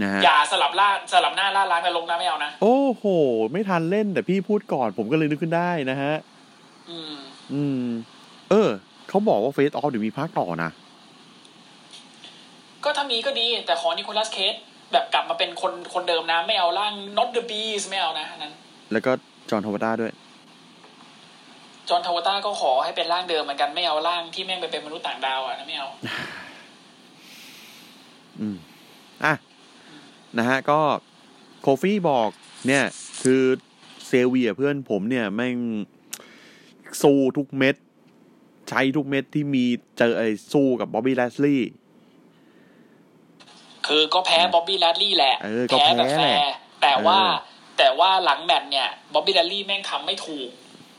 นะฮะ
อย่าสลับล่าสลับหน้าล่าล้างกันลงนะไม่เอานะ
โอ้โห ไม่ทันเล่นแต่พี่พูดก่อนผมก็เลยนึกขึ้นได้นะฮะ
อืม
อืม เออ เขาบอกว่าเฟสออฟเดี๋ยวมีภาคต่อนะ
ก็ถ้ามีก็ดี แต่ขอนิโคลัสเคสแบบกลับมาเป็นคนคนเดิมนะ ไม่เอาร่าง not the beast ไม่เอานะอันนั้น
แล้วก็จอห์นทวตาด้วย
จอห์นทาวต้าก็ขอให้เป็นร่างเดิมเหมือนกันไม่เอาร่างที่แม่งไปเป็นมนุษย์ต่างดาวอ่ะนะไม่เอา
อืม อ่ะ นะฮะ ก็โคฟี่บอกเนี่ย คือเซเวียเพื่อนผมเนี่ย แม่งสู้ทุกเม็ด ใช้ทุกเม็ดที่มีเจอไอ้สู้กับบ๊อบบี้แลสลีย์
คือก็แพ้บ๊อบบี้แรดลี่แหละ
เออก็แพ้
แบบแฟ
แหละ
ร์แต่ว่า
เออ
แต่ว่าหลังแมตช์เนี่ยบ๊อบบี้แรดลี่แม่งทำไม่ถูก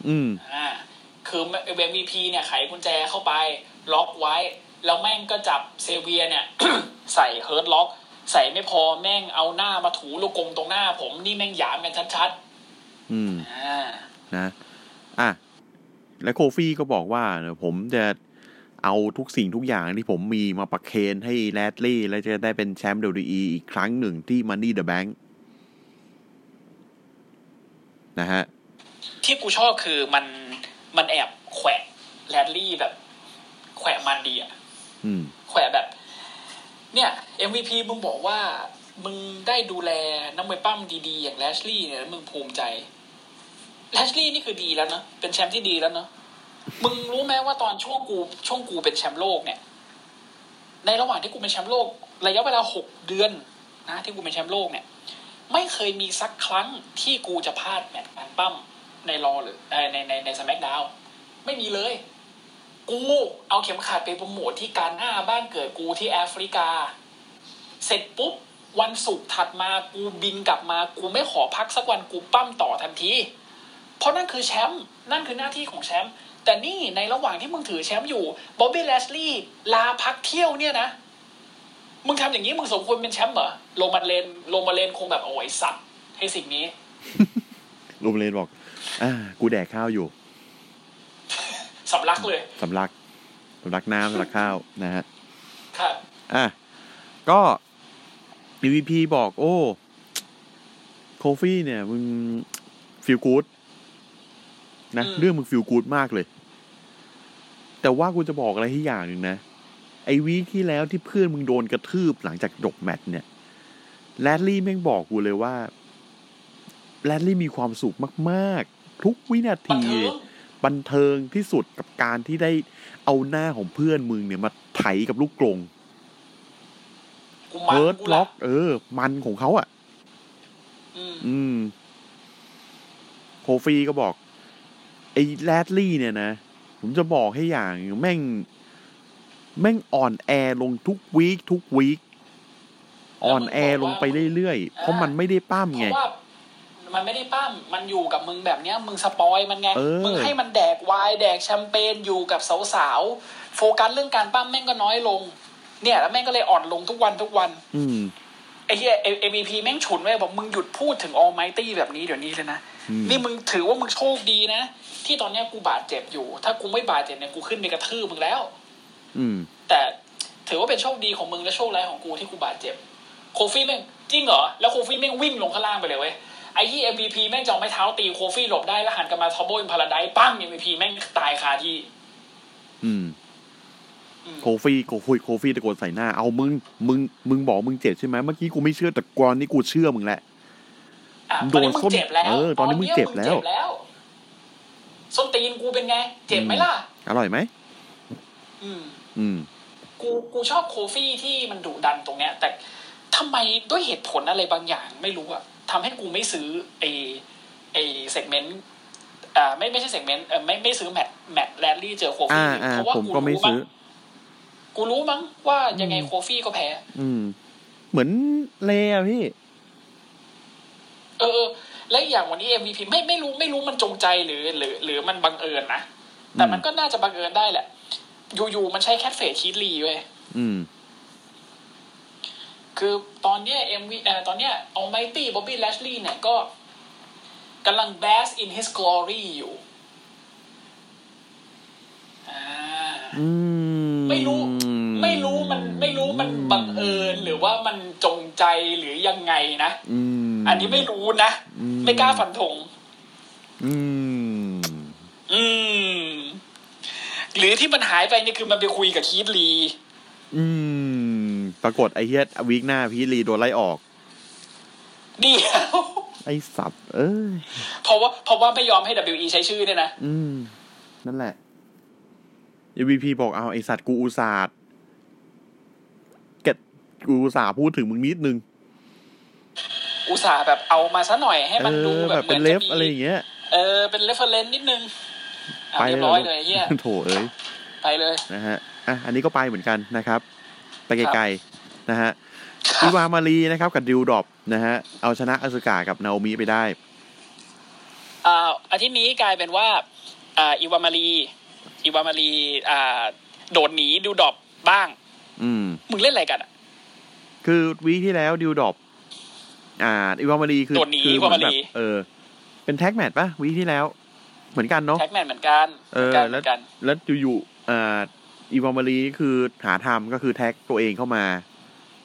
อืม
อ่าคือเอ็มวีพีเนี่ยไขกุญแจเข้าไปล็อกไว้ แล้วแม่งก็จับเซเวีย เนี่ย ใส่เฮิร์ตล็อก ใส่ไม่พอแม่งเอาหน้ามาถูลูกกงตรงหน้าผมนี่แม่งหยามกันชัด
อืม
ๆอ่า
นะอ่ะและโคฟี่ก็บอกว่าเนี่ยผมจะเอาทุกสิ่งทุกอย่างที่ผมมีมาประเคนให้แรดลี่ และจะได้เป็นแชมป์ WWE อีกครั้งหนึ่งที่มันนี่เดอะแบงค์นะฮะ
ที่กูชอบคือมันมันแอบแขวะแรดลี่แบบ แขวะมันดีอะ
อืม
แขวะแบบ เนี่ย MVP มึงบอกว่า มึงได้ดูแลน้ำมวยปั้มดีๆ อย่างแรชลี่เนี่ยแล้วมึงภูมิใจ แรชลี่นี่คือดีแล้วเนอะเป็นแชมป์ที่ดีแล้วเนอะมึงรู้ไหมว่าตอนช่วงกูช่วงกูเป็นแชมป์โลกเนี่ย ในระหว่างที่กูเป็นแชมป์โลก ระยะเวลาหกเดือนนะที่กูเป็นแชมป์โลกเนี่ย ไม่เคยมีสักครั้งที่กูจะพลาดแมตช์การปั้มในรอหรือเอ่อในในในสมักดาวไม่มีเลย กูเอาเข็มขัดไปโปรโมทที่การหน้าบ้านเกิดกูที่แอฟริกา เสร็จปุ๊บ วันศุกร์ถัดมากูบินกลับมา กูไม่ขอพักสักวันกูปั้มต่อทันที เพราะนั่นคือแชมป์ นั่นคือหน้าที่ของแชมป์ แต่นี่ในระหว่างที่มึงถือแชมป์อยู่ บ๊อบบี้แลสลี่ลาพักเที่ยวเนี่ยนะ มึงทำอย่างนี้มึงสมควรเป็นแชมป์เหรอ โรมันเลน โรมันเลนคงแบบโอ้ยสัตว์ให้สิ่งนี้
รูมเลนบอก อ่า กูแดกข้าวอยู่
สำลักเลย
สำลัก สำลักน้ำ สำลักข้าว นะฮะ
ครับ
อ่ะ ก็ MVP บอก โอ้ โคฟี่เนี่ย มึงฟิลกูดนะ
อืม
เรื่องมึงฟิลกูดมากเลย แต่ว่ากูจะบอกอะไรที่อย่างหนึ่งนะ ไอวีคที่แล้วที่เพื่อนมึงโดนกระทืบหลังจากจบแมตช์เนี่ย แรดลี่แม่งบอกกูเลยว่า แรดลี่มีความสุขมาก ๆ ทุกวินา
บัน
ที
เทิง
บันเทิงที่สุดกับการที่ได้เอาหน้าของเพื่อนมึงเนี่ยมาไถกับลูกกรง
กูมัน
เฮิร์ต
กู
ล็
ละ
อก เออ มันของเขาอ่ะ
อืม
อืมโคฟีก็บอก ไอ้แรดลี่เนี่ยนะ ผมจะบอกให้อย่างแม่ง แม่งอ่อนแอลงทุกวีคทุกวีคอ่อนแอลงไปเรื่อยๆ เพราะมันไม่ได้ป้าม
เพ
ไง
ราะว่า มันไม่ได้ปั้ม มันอยู่กับมึงแบบเนี้ย มึงสปอยมันไง
เออ
มึงให้มันแดกไวน์แดกแชมเปญอยู่กับสาวๆ โฟกัสเรื่องการปั้มแม่งก็น้อยลง เนี่ย แล้วแม่งก็เลยอ่อนลงทุกวันทุกวัน
อืม
ไอ้เหี้ยเอ็มพีแม่งฉุนไว้ยบอกมึงหยุดพูดถึงออ m ไมตี้แบบนี้เดี๋ยวนี้เลยนะ
อืม
นี่มึงถือว่ามึงโชคดีนะ ที่ตอนเนี้ยกูบาดเจ็บอยู่ ถ้ากูไม่บาดเจ็บเนี่ยกูขึ้นไปกระทืบมึงแล้ว
อืม
แต่ถือว่าเป็นโชคดีของมึงและโชคร้ายของกูที่กูบาดเจ็บ โคฟี่แม่งจริงเหรอ แล้วโคฟี่แม่งวิ่งลงข้างล่างไปเลยเว้ยไอ้ที่เอ็มพีแม่งจะเอาไม้เท้าตีโคฟี่หลบได้แล้วหันกลับมาทอโบอินพาราไดปั้งเอ็มพีแม่งตายคาที่
อืม
อืม
โคฟี่โคฟี่โคฟี่ตะโกนใส่หน้า เอามึง มึง มึงบอกมึงเจ็บใช่ไหมเมื่อกี้กูไม่เชื่อแต่ก่อนนี้กูเชื่อมึงแล้ว
อ่ะ
โด
ตอน
น
นี้มึงเจ็บแล้ว
ส้นเออตอนนี้มึงเจ็บแล้ว
ตอนนี้มึงวส้นตีนกูเป็นไง เจ็บไหมล่ะ
อร่อยไหม
อืม
อืม
กูกูชอบโคฟี่ที่มันดุดันตรงเนี้ย แต่ทำไมด้วยเหตุผลอะไรบางอย่างไม่รู้อะทำให้กูไม่ซื้อไอไอเซกเมนต์อ่าไม่ไม่ใช่เซกเมนต์เออไม่ไม่ซื้อแมตช์แมตช์แรดลี่เจอโคฟี่
อ่าอ่า
เพราะว่า
ผม
กู
ก็ไม่
รู้มั้
ซื้
ง
อ
กูรู้มั้งว่ายังไงโคฟี่ก็แพ้
อืม เหมือนเลอะพี่
เออเออและอีกอย่างวันนี้ MVP ไม่ไม่รู้ไม่รู้มันจงใจหรือหรือ หรือมันบังเอิญนะแต่มันก็น่าจะบังเอิญได้แหละ อยู่ๆมันใช้แคทเฟสชีตลีเว้ย
อืม
คือตอนเนี้ยเอ็มวีตอนเนี้ยอ l ไมตี้บ๊อบบี้แลชลีเนี่ยก็กำลัง bask in his glory อยู่อ่า
อืม
ไม่รู้ไม่รู้มันไม่รู้มันบังเอิญหรือว่ามันจงใจหรือยังไงนะ
อืม
อันนี้ไม่รู้นะ
อืม
ไม่กล้าฟันธง
อืม
อืม หรือที่มันหายไปเนี่ยคือมันไปคุยกับคีธลี
อืม ปรากฏไอ้เฮียวีคหน้าพี่ลีโดนไล่ออก
เดียว
ไอ้สับ เอ้ย
เพราะว่าเพราะว่าไม่ยอมให้ WE ใช้ชื่อเนี่ยนะ
อืม นั่นแหละ MVP บอกเอาไอสัตว์กูอุตส่าห์เก็ตกูอุตส่าห์พูดถึงมึงนิดนึง
อุตส่าห์แบบเอามาซะหน่อยให้
เอ
มันดู
อ
แบ
แบบ บเป็น
ห
เล
มื
ฟ
จะมี
อะไรอย่างเงี้ย
เออ เป็นเรฟเฟรนซ์นิดนึงอ่ะ
ไป
เรียบ
เล
ร้อย
ย
เลยไอ้เฮีย
โถเอ้ย
ไปเลย
นะฮะ อ่ะ อันนี้ก็ไปเหมือนกันนะครับ ไปไกลๆ นะฮะ
ครับ
อีวามารีนะครับกับดิวดรอปนะฮะเอาชนะอสุกากับนาโอมิไปได้
อ่าอาทิตย์นี้กลายเป็นว่าอ่าอิวามารีอิวามารีอ่าโดดหนีดูดรอปบ้าง
อืม
มึงเล่นอะไรกันอะ
คือวีคที่แล้วดิวดรอปอ่าอีวามารีคือ
โดดหนี
คื
อีวามารี
เหนแบบเออ เป็นแท็กแมตช์ปะวีคที่แล้ว เหมือนกันเนาะ
แท็กแมนเหมือนกัน
เออ
เหมือนกัน
แล้วอยู่ๆอ่าอีวามารีนี่คือหาทำก็คือแท็กตัวเองเข้ามา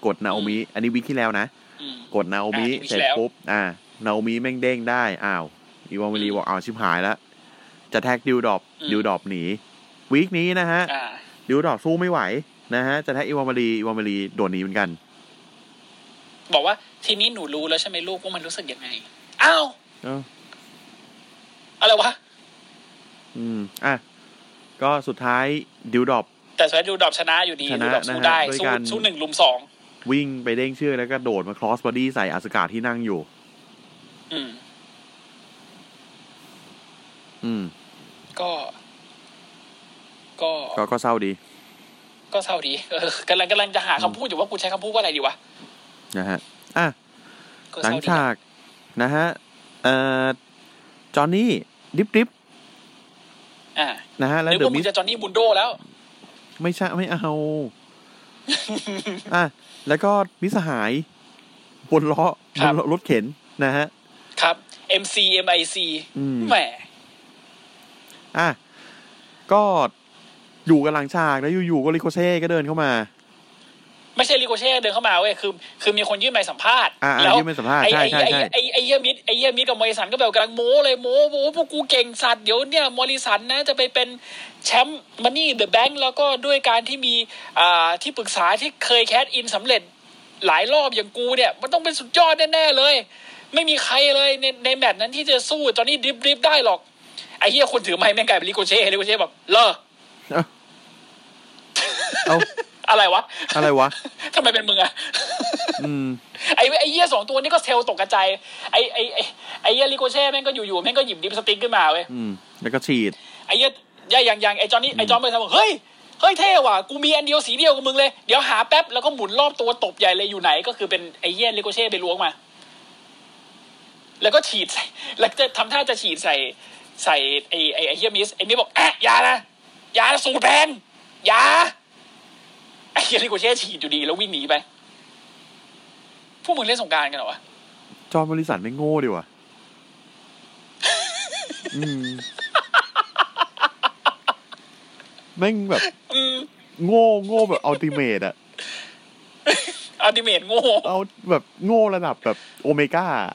กดนาโอมิ อันนี้วีคที่แล้วนะ
อืม
กดนาโอมิ
อ่ะ week
เสร็จ
แล้ว
ปุ๊บอ่านาโอมิแม่งเด้งได้ อ้าวอีวามารีบอกอ้าวชิบหายแล้ว จะแท็กดิวดรอปดิวดรอปหนีวีคนี้นะฮะ
อ่า
ดิวดรอปสู้ไม่ไหวนะฮะ จะแท็กอีวามารีอีวามารีโดดหนีเหมือนกัน
บอกว่าทีนี้หนูรู้แล้วใช่ไหมลูกว่ามันรู้สึกยังไงอ้าว
เอ้า
อะไรวะ
อืม อ่ะ ก็สุดท้ายดิวดรอป
แต่สุดท้ายดูดรอปชนะอยู่ดี
ชนะ
ดูดรอปสู้
นะฮะ
ได้
ด้วย
สู้
การ
สู้หนึ่งลุมสอง
วิ่งไปเด้งเชือกแล้วก็โดดมาครอสบอดี้ใส่อาสกาที่นั่งอยู่
อืม
อืม
ก็ ก็
ก็ก็เศร้าดี
ก็เศร้าดีเออกำลังกำลังจะหาคำพูดอยู่ว่ากูใช้คำพูดว่าอะไรดีวะ
นะฮะ อ่ะ
ก็
ห
เศ
ลัง
ร้าดี
ฉากนะฮะ เอ่อ จอห์นนี่ ดิบดิบ
อ่า
นะฮะ แล้ว
นึก
เด
ว่า
อะ
มึ
มิ
ง
ส
จะจอห์นนี่บุนโดแล้ว
ไม่ใช่ไม่เอา อ่ะ แล้วก็มิตรสหาย บนล้อ
ค
บ
รับ
นล้อรถเข็นนะฮะ
ครับ MC MIC
อืม
แหม
อ่ะ ก็อยู่กันหลังฉากแล้วอยู่ๆก็ลิโกเซ่ก็เดินเข้ามา
ไม่ใช่ริโกเช่เดินเข้ามาเว้ยคือ คือมีคนยื่นใบสัมภาษณ์
อ่า
แล้ว
ยื่นใบสัมภาษณ์
ไอ้
ใช่
ไอ้
ใช่
ไอ้
ใช่
ไอ้ไอ้เยี่ยมิดไอ้เยี่ยมิดกับมอริสันก็แบบกำลังโม้เลยโม้โม้พวกกูเก่งสัตว์เดี๋ยวเนี่ยมอริสันนะจะไปเป็นแชมป์มันนี่เดอะแบงค์แล้วก็ด้วยการที่มีอ่าที่ปรึกษาที่เคยแคสอินสำเร็จหลายรอบอย่างกูเนี่ย มันต้องเป็นสุดยอดแน่ๆเลย ไม่มีใครเลยในในแมตช์นั้นที่จะสู้ตอนนี้ดริบดริบได้หรอกไอ้เฮียคนถือไม้แม่งกลายเป็นลิโกเช่ลิโกเช่แบบเลอ
เอ้าเอ้า
อะไรวะ
อะไรวะ
ทำไมเป็นมึงอะ
อืม
ไอ้ไอ้เยี่ยสองตัวนี้ก็เซลล์ตกกระจายไอ้ไอ้ไอ้ไอ้เยี่ยลิโกเช่แม่งก็อยู่ๆแม่งก็หยิบดิปสติกขึ้นมาเว้ย
อืม แล้วก็ฉีด
ไอ้เยี่ยย่ายังยังไอ้จอนนี่ไอ้จอนไปทำบอกเฮ้ยเฮ้ยเท่ว่ะกูมีอันเดียวสีเดียวกับมึงเลยเดี๋ยวหาแป๊บแล้วก็หมุนรอบตัวตบใหญ่เลยอยู่ไหน ก็คือเป็นไอ้เยี่ยลิโกเช่ไปล้วงมา แล้วก็ฉีดใส่แล้วจะทำท่าจะฉีดใส่ใส่ไอ้ไอ้ไอ้เยี่ยมิสไอ้มิสบอกแอะอย่านะอย่านะสูตรแพงอย่าไอ้เยี่ยลิโกเช่ฉีดอยู่ดีแล้ววิ่งหนีไปพวกมึงเล่นสงกรารกันเหรอวะ
จอห์นบริสันไม่งโง่ดี ว่ะ อืม แม่งแบบ
อืม
โง่โง่แบบอัลติเมตอะ
อัลติเมทโง่
เอาแบบโง่ระดับแบบโอเมก้าอะ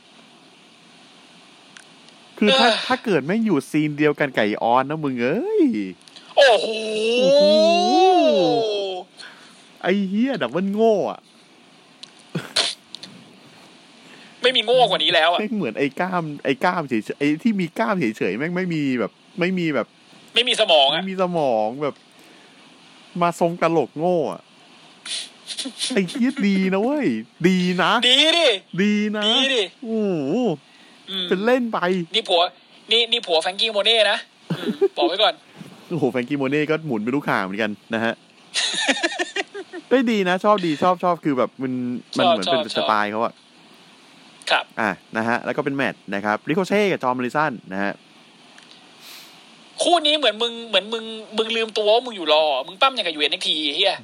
คือถ้าถ้าเกิดแม่งอยู่ซีนเดียวกันไก่ออนนะมึงเอ้ย
โอ้โห
โอ้โห ไอ้เฮียดับเบิลโง่อะ
ไม่มีโง่กว่านี้แล้วอ่ะ
แม่งเหมือนไอ้กล้ามไอ้กล้ามเฉยๆไอ้ที่มีกล้ามเฉยๆแม่งไม่มีแบบ ไม่มีแบบ
ไม่มีสมอง
ไม่
อ่ะ
มีสมองแบบ มาทรงตลกโง่อะไอ้คิดดีนะเว้ย ดีนะ
ดีดิ
ดีนะ
ดีดิ
โอ้โห
อืม
เป็นเล่นไป
นี่ผัว นี่นี่ผัวแฟรงกี้โมเน่นะอืมบอกไว้ก่อน
โอ้โหแฟรงกี้โมเน่ก็หมุนไปทุกข่างเหมือนกันนะฮ ะ ได้ยดีนะ ชอบดีชอบชอบคือแบบมันมัน
ชอบ
เหมือนเป็น
ชอบ
ส
ชอบ
ไตล์เขาอะ
ครับ
อ่ะนะฮะ แล้วก็เป็นแมตช์นะครับริโคเช่กับจอมมอริสันนะฮะ
คู่นี้เหมือนมึงเหมือนมึงมึงลืมตัวว่ามึงอยู่รอ มึงปั้มอย่างกับยูเอ็นเอ็กทีเฮีย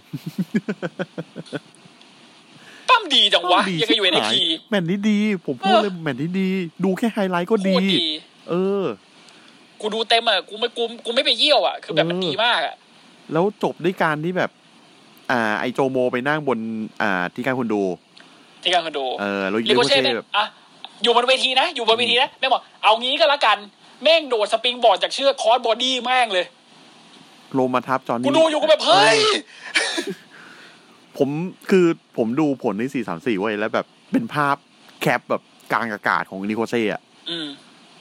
ปั้มดีจังวะ
ดี
ยังกับยูเอ็นเอ็กที
แมตช์นี้ดี ผมพูด
เออ
เลยแมตช์นี้ดี ดูแค่ไฮไลท์ก็
โคตรดี
เออ
กูดูเต็มอ่ะกูไม่กูกูไม่ไปเยี่ยวอ่ะคือแบบมันดีมากอ่ะ
แล้วจบด้วยการที่แบบ อ่า ไอโจโมไปนั่งบน อ่า ที่การคนดู
ที่การคอนโด
เออแล้ว
ลิ
ยู
โก
โก
เช่
เช่
แม่ง
แบบ
อ่ะอยู่บนเวทีนะ อยู่บนเวทีนะแม่งบอกเอางี้ก็แล้วกัน แม่งโดดสปริงบอร์ดจากเชือกคอร์สบอดี้แม่งเลย
โลมาทับจอห์นนี่
กูดูอยู่กูแบบเฮ้ย
ผมคือผมดูผลในสี่สามสี่ไว้ยแล้วแบบเป็นภาพแคปแบบกลางอากาศของนิโกเซ่อะ
อืม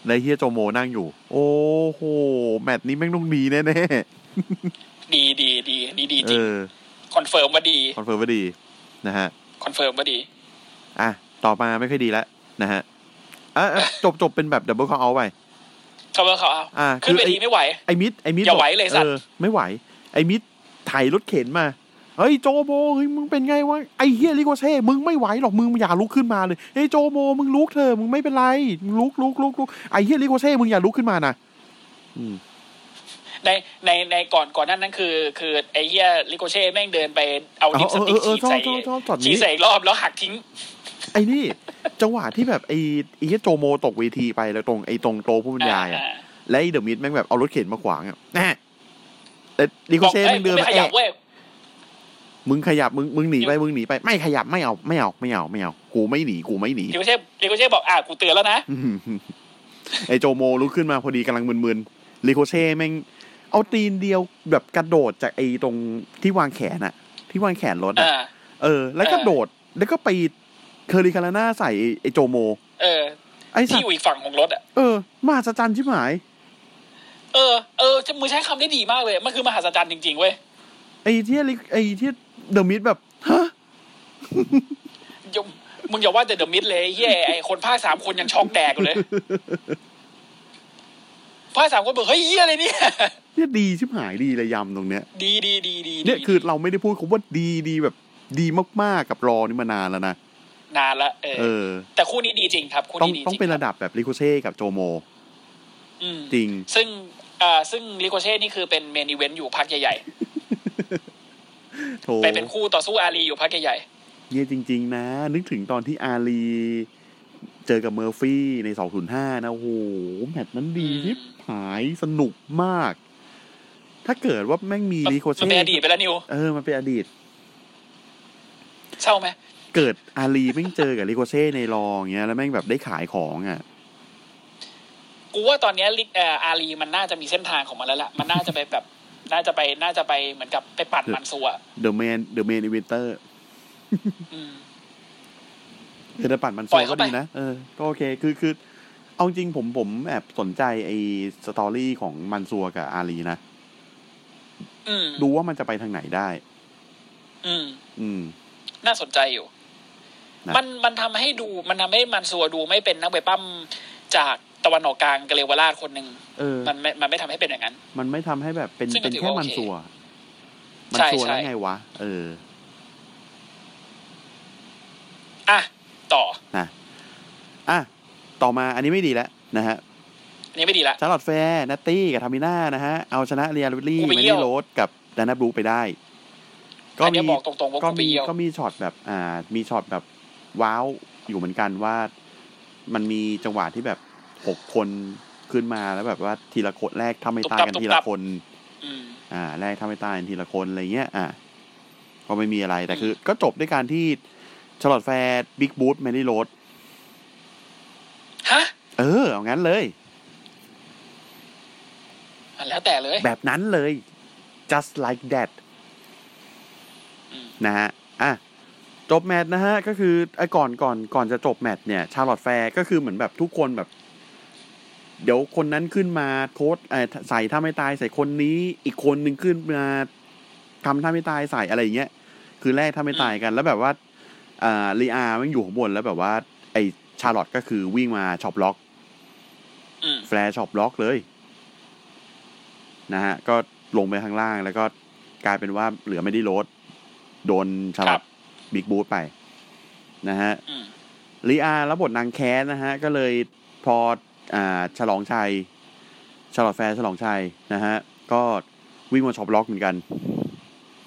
ในเฮียโจโมนั่งอยู่ โอ้โห แมตช์นี้แม่งต้องดีแน่
ดีดีดีดีดี
ๆเอ
จริง
อ
คอนเฟิร์มว่าดี
คอนเฟิร์มว่าดี นะฮะ
คอนเฟิร์มว่าดี
อ่ะ ต่อมาไม่ค่อยดีแล้วนะฮะ อ่ะอ่ะจบจบเป็นแบบดับเบิลคอเอาไป
เขาเบอร์เขาเอา
อ่ะ
ขึ้น
คือ
เว
ไอ้
ทีไม่ไหว
ไอมิดไอมิด
อย่า
บก
ไหวเลยสัตว์
ออไม่ไหว ไอมิดไถ่ายรถเข็นมา เฮ้ยโจโบเฮ้ยมึงเป็นไงวะไอ้เฮียลิโกเช่มึงไม่ไหวหรอกมึงอย่าลุกขึ้นมาเลยเฮ้ยโจโบมึงลุกเถอะมึงไม่เป็นไรมึงลุกลุกลุกลุกไอ้เฮียลิโกเช่มึงอย่าลุกขึ้นมานะอืม
ในในในก่อนก่อนหนั้นนั้นคือ คือไอ้เหี้ยลิโกเช่แม่งเดินไปเอาดิปสติก
เออเออเออ
ฉีดใส่
ชอบชอบชอบช็อตนี้
ฉีดใส่อีกรอบแล้วหักทิ้ง
ไอ้นี่ จังหวะที่แบบไอ้ไอ้เฮียโจโมตกเวทีไปแล้วตรงไอ้ตรงโตะผู้บรรยายอ่ะและไอ้เดอะมิดแม่งแบบเอารถเข็นมาขวางอ่ะแน่แต่ลิโก
บอก
เช่
อ้
แม่
ย
งเดิน
กู
มา
ไม่ข
แอ
ยับบ เว้ย
มึงขยับมึงมึงหนีไปมึงหนีไปไม่ขยับไม่เอาไม่เอาไม่เอาไม่เอากูไม่หนีกูไม่หนี
ลิโกเช่ลิโกเช่บอกอ่ะกูเตือนแล้วนะ
อืมไอโจโมลุกขึ้นมาพอดีกำลังมึนๆลิโคเช่แม่งเอาตีนเดียวแบบกระโดดจากไอตรงที่วางแขนอะที่วางแขนรถอะ
อ่า
เออ แล้วกระโดดแล้วก็ไปเคอริคาราน่าใส่ไอโจโม
เออ
ไอสั
ที่
ตว์
อยู่อีกฝั่งของรถอ่ะ
เออมหัศจรรย์ชิบหาย
เออ เออมึงใช้คำได้ดีมากเลย มันคือมหัศจรรย์จริงๆเว้ย
ไอเที่ยลิไอเที่ยเดอะมิดแบบฮะ
ยมมึงอย่าว่าแต่เดอะมิดเลยไอ้เฮียไอคนภาคสามคนยังช็อกแตกอยู่เลย ภาคสามคนบอกเฮ้ยเฮียอะไรเนี่ย
เที่ยดีชิบหายดีเลยยำตรงเนี้ย
ดีดีดีดี
เนี่ยคือเราไม่ได้พูดคำว่าดีดีแบบ ดีมากๆกับรอนี่มานานแล้วนะ
นานละเอ
เอ
อ
อ
แต่คู่นี้ดีจริงครับ คู่
ต้อง
นี้ดี
ต้อง
จริง
เป็นระดับแบบลิโคเช่กับโจโม
อืม
จริง
ซึ่งอ่าซึ่งลิโกเช่นี่คือเป็นเมนอีเวนต์อยู่พักใหญ่
โถ
ๆไปเป็นคู่ต่อสู้อารีอยู่พักใหญ่
เย่จริง ๆ นะ นึกถึงตอนที่อาลี เจอกับเมอร์ฟี่ใน 205 นะ โอ้โห แมตช์นั้นดีที่หายสนุกมาก ถ้าเกิดว่าแม่งมี
ๆมัน
ลิโค
มัน
เช่
เป็นอดีตไปแล้วนิว
เออ มันเป็นอดีต
เศร้าไหม
เกิดอาลีแม่งเจอกับลิโคเช่ในรองเงี้ย แล้วแม่งแบบได้ขายของอ่ะ
กูว่าตอนเนี้ยลิเอ่ออารีมันน่าจะมีเส้นทางของมันแล้วล่ะมันน่าจะไปแบบ น่าจะไปน่าจะไปเหมือนกับไปปัดมันซัว
The Man The Man Inventor
อืม
เธอปัดมันโซ
ปล่อย
ก็
เข้าไป
ดีนะ เออ ก็โอเค คือคือ เอาจริงผมผมแอบสนใจไอ้สตอรี่ของมันซัวกับอาลีนะ
อืม
ดูว่ามันจะไปทางไหนได้
อืม
อืม
น่าสนใจอยู่
นะ
มันมันทำให้ดูมันทำให้มันซัวดูไม่เป็นนักเวยปั้มจากตะวันออกกลางกะเลวราชคนหนึ่ง
เออ
มันไม่มันไม่ทำให้เป็นอย่างนั้น
มันไม่ทำให้แบบเป็น
ซึ่งก็
เป็น
ถือ
แค่
ว่า
มัน
โอเค
สัว มัน
ใช่
สัว
ใช่
แล้วไงวะ เออ
อ่ะต่อ
อ่ะ ต่อมาอันนี้ไม่ดีแล้วนะฮะ
อันนี้ไม่ดีละ
ชาร์ลอตแฟร์นัตตี้กับทามิน่านะฮะ เอาชนะเรียลลี่
กู
แม
ไปเยี่
รี่
ยว
โรสกับดานาบลูไปได้ ก็
อัน
มี
นี้บอกตรงๆว่า
ก็
กูไป
มี
เยี่ยว
ก็มีช็อตแบบ อ่า มีช็อตแบบว้าวอยู่เหมือนกันว่า มันมีจังหวะที่แบบหกคนขึ้นมาแล้วแบบว่าทีละคนแรกทำไม่ตายกันทีละคน
อืม
อ่าแรกทำให้ตายทีละคนอะไรเงี้ย อ่าก็ไม่มีอะไรแต่คือ ก็จบด้วยการที่ชาร์ลอตแฟร์บิ๊กบูธแมรี่โรส
ฮะ
เออ เอางั้นเลย
มันแล้วแต่เลย
แบบนั้นเลย just like that
อืม
นะฮะ อ่ะ จบแมตช์นะฮะ ก็คือไอ้ก่อนก่อนก่อนจะจบแมตช์เนี่ย ชาร์ลอตแฟร์ก็คือเหมือนแบบทุกคนแบบ เดี๋ยวคนนั้นขึ้นมาโค้ดเอ่อใส่ท่าไม่ตายใส่คนนี้ อีกคนหนึ่งขึ้นมาทำท่าไม่ตายใส่อะไรอย่างเงี้ย คือแรกท่าไม่ตายกัน แล้วแบบว่า อ่าลีอาร์มันอยู่ข้างบนแล้วแบบว่า ไอ้ชาร์ลอตก็คือวิ่งมาช็อปล็อก
อืม
แฟลช็อปล็อกเลย นะฮะ ก็ลงไปข้างล่างแล้วก็กลายเป็นว่าเหลือไม่ได้โรดโดนฉ
ค
ลั
รั
บบ บิ๊กบูธไป นะฮะ
อืม
ลีอาร์รับบทนางแคสนะฮะ ก็เลยพออ่าฉลองชัยฉลองแฟร์ฉลองชัยนะฮะ ก็วิ่งมาช็อปล็อกเหมือนกัน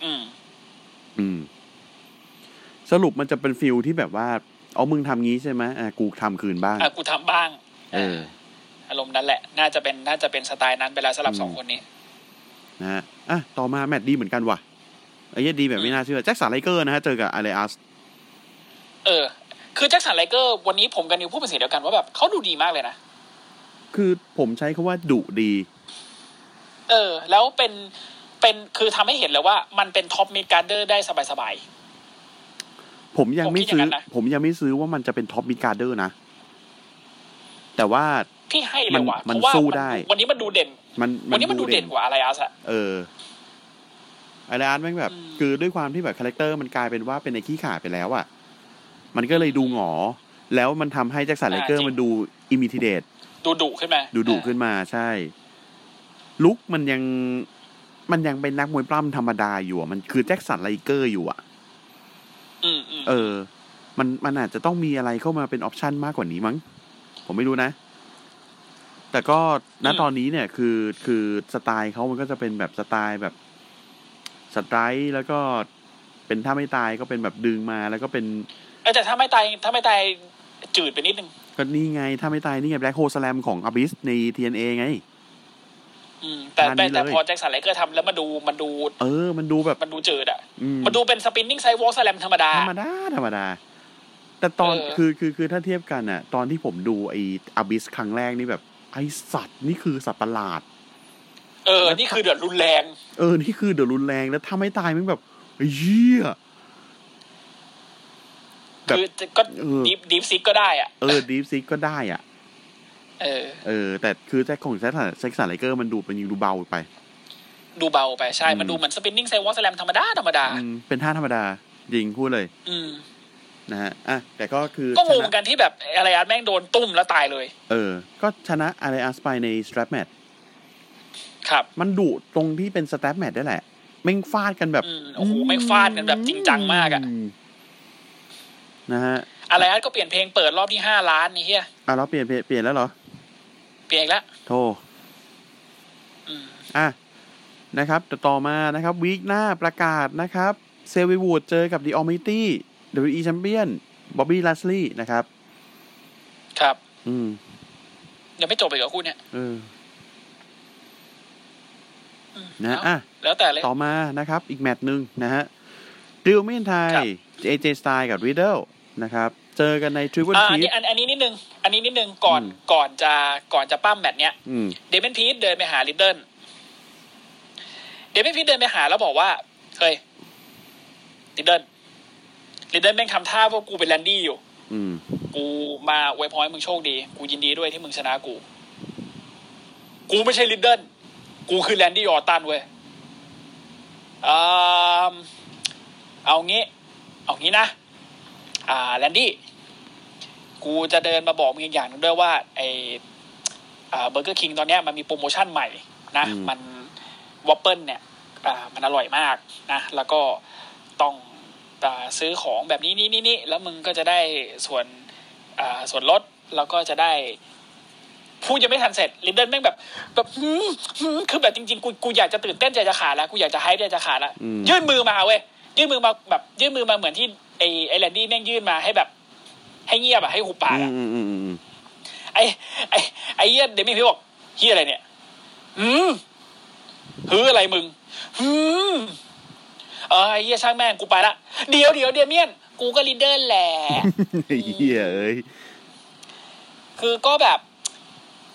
อืม
อืม สรุปมันจะเป็นฟิลที่แบบว่า เอามึงทำงี้ใช่ไหมอ่ะกูทำคืนบ้าง
อ่ะกูทำบ้าง
เออ
อารมณ์นั้นแหละ น่าจะเป็นน่าจะเป็นสไตล์นั้นไปแล้วสำหรับ
อืม
สองคนนี้
นะฮะ อ่ะ ต่อมาแมตช์ดีเหมือนกันว่ะไอ้เหี้ยดีแบบไม่น่าเชื่อ แจ็คสันไรเกอร์นะฮะ เจอกับอาเลอัส
เออ คือแจ็คสันไลเกอร์วันนี้ผมกับนิวพูดเป็นเสียงเดียวกันว่าแบบเขาดูดีมากเลยนะ
คือผมใช้คาว่าดุดี
เออ แล้วเป็นเป็นคือทำให้เห็นเลยว่ามันเป็นท็อปมิดการ์เดอร์ได้สบาย
ผมยังไม่ซื้อ
ผมคิดอย่างนั้นนะ
ผมยังไม่ซื้อว่ามันจะเป็นท็อปมิดการ์เดอร์นะ แต่ว่า
ๆ พี่ให้เลยว่ะ
มันมัน
เพราะว่า
สู้ได้
วันนี้มันดูเด่น
มัน
วันนี้มันดูเด่นกว่าอะไรอาสอะ
เอออาเลอัสแม่งแบบ
อืม
คือด้วยความที่แบบคาแรคเตอร์มันกลายเป็นว่าเป็นไอ้ขี้ขาไปแล้วอะมันก็เลยดูหงอ แล้วมันทำให้แจ็คสันไรเกอร์มันดูอิมิทิเดต
ดูดุขึ้นมา
ดูดุขึ้นมาใช่ ลุกมันยัง มันยังเป็นนักมวยปล้ำธรรมดาอยู่อะมันคือแจ็คสันไลเกอร์อยู่อะ
อืมอืม
เออ มันมันอาจจะต้องมีอะไรเข้ามาเป็นออปชันมากกว่านี้มั้ง ผมไม่รู้นะ แต่ก็ณตอนนี้เนี่ย คือคือสไตล์เขามันก็จะเป็นแบบสไตล์แบบสไตล์แล้วก็เป็นถ้าไม่ตายก็เป็นแบบดึงมา แล้วก็เป็น
เออแต่ถ้าไม่ตายถ้าไม่ตายจืดไปนิดนึง
ก็นี่ไง ถ้าไม่ตายนี่ไงแบล็คโฮสแลมของอบิสใน TNA ไง
อืมแต่แต่
อันนี้
แต่
เลย
พอแจ็คสันไลเกอร์ทำแล้วมาดูมันดู
เออ มันดูแบบ
มันดูจืดอ่ะ
อืม
มันดูเป็นสปินนิ่งไซวอลสแลมธรรมดา
ธรรมดา ธรรมดา แต่ตอน
เออ
คือคือคือถ้าเทียบกันอะตอนที่ผมดูไอ้อบิสครั้งแรกนี่แบบ ไอสัตว์นี่คือสัตว์ประหลาด
เออ นี่คือเดือดรุนแรง
เออ นี่คือเดือดรุนแรงแล้วถ้าไม่ตายมันแบบไอ้เหี้ย แบบ
คือก็
เออ
ดีฟดีฟซิกก็ได้อ่ะ
เออดีฟซิกก็ได้อ่ะ
เออ
เออ แต่คือแจ็คของแจ็คสันแจ็คสันไลเกอร์มันดูเป็นยิงดูเบาไป
ดูเบาไปใช่
อืม
มันดูเหมือนสปินนิ่งไซวอลสแลมธรรมดาธรรมดา
อืมเป็นท่าธรรมดา ยิงพูดเลย
อืม
นะฮะ อ่ะ แต่ก็คือ
ก็งง
ช
เหมื
นะ
อนกันที่แบบอะไรอาร์ตแม่งโดนตุ้มแล้วตายเลย
เออ ก็ชนะอะไรอัสไปในสแตรปแมท
ครับ
มันดุตรงที่เป็นสแตปแมทได้วยแหละแม่งฟาดกันแบบ
อืมโอ้โหแม่งฟาดกันแบบจริงจังมากอะ
มนะฮะ
อะไรอาร์ตก็เปลี่ยนเพลงเปิดรอบที่ห้าล้านนี่เฮีย
อ่ะเราเปลี่ยนเปลี่ยนเปลี่ยนแล้วเหรอ
เปลี่ยนอีกแล้ว
โทร
อืม
อ่ะ นะครับแต่ต่อมานะครับวีคหน้าประกาศนะครับ เซเววูดเจอกับดีออมิตี้ WWE แชมเปี้ยนบ๊อบบี้ลัสลี่นะครับ
ครับ
อืม
ยังไม่จบอีกเหรอคู่เนี้ย
เออ
อืม
นะ
เอา
อ่ะ
แล้วแต่เลย
ต่อมานะครับ อีกแมตช์หนึ่งนะฮะดิวเมนไทย
ครับ
AJ Styles กับ Riddle นะครับ เจอกันใน Triple
อ่าอัน
Threat
นี้อันอันนี้นิดนึง อันนี้นิดนึงก่อน
อืม
ก่อนจะก่อนจะปั้มแมตช์เนี้ย
อืม
เดมอนพีทเดินไปหาลิดเดิลเดมอนพีทเดินไปหาแล้วบอกว่า เฮ้ยลิดเดิลลิดเดิลแม่งทำท่าว่ากูเป็นแลนดี้อยู่
อืม
กูมาอวยพรให้มึงโชคดี กูยินดีด้วยที่มึงชนะกู กูไม่ใช่ลิดเดิลกูคือแลนดี้ออตตันเว้ยอามเอางี้ เอางี้นะ อ่าแลนดี้ กูจะเดินมาบอกมึงอีกอย่างหนึงด้วยว่า ไอเบอร์เกอร์คิงตอนเนี้ยมันมีโปรโมชั่นใหม่นะ
อืม
มันวอปเปิลเนี่ยอ่ามันอร่อยมากนะ แล้วก็ต้องอ่าซื้อของแบบนี้นี่นี่นี่แล้วมึงก็จะได้ส่วนอ่าส่วนลด แล้วก็จะได้ พูดยังไม่ทันเสร็จลินเดนแม่งแบบ แบบหืมหืมคือแบบจริงๆ กูกูอยากจะตื่นเต้นใจจะขาดแล้ว กูอยากจะไฮป์ใจจะขาดแล้ว
อืม
ยื่นมือมาเว้ย ยื่นมือมาแบบ ยื่นมือมาเหมือนที่ไอไอแลนดี้แม่งยื่นมาให้แบบ ให้เงียบอะให้หุบปาก
อื
อะ
มอืมอืมอืม
ไอไอไอเยียเดมี่พี่บอกเฮียอะไรเนี่ยหืมหืออะไรมึงหืมเออไอเยียช่างแม่งกูไปละเดี๋ยวเดี๋ยวเดเมียน กูก็ลีดเดอร์แหละ
ไอ้เหี้ยเอ้ย
คือก็แบบ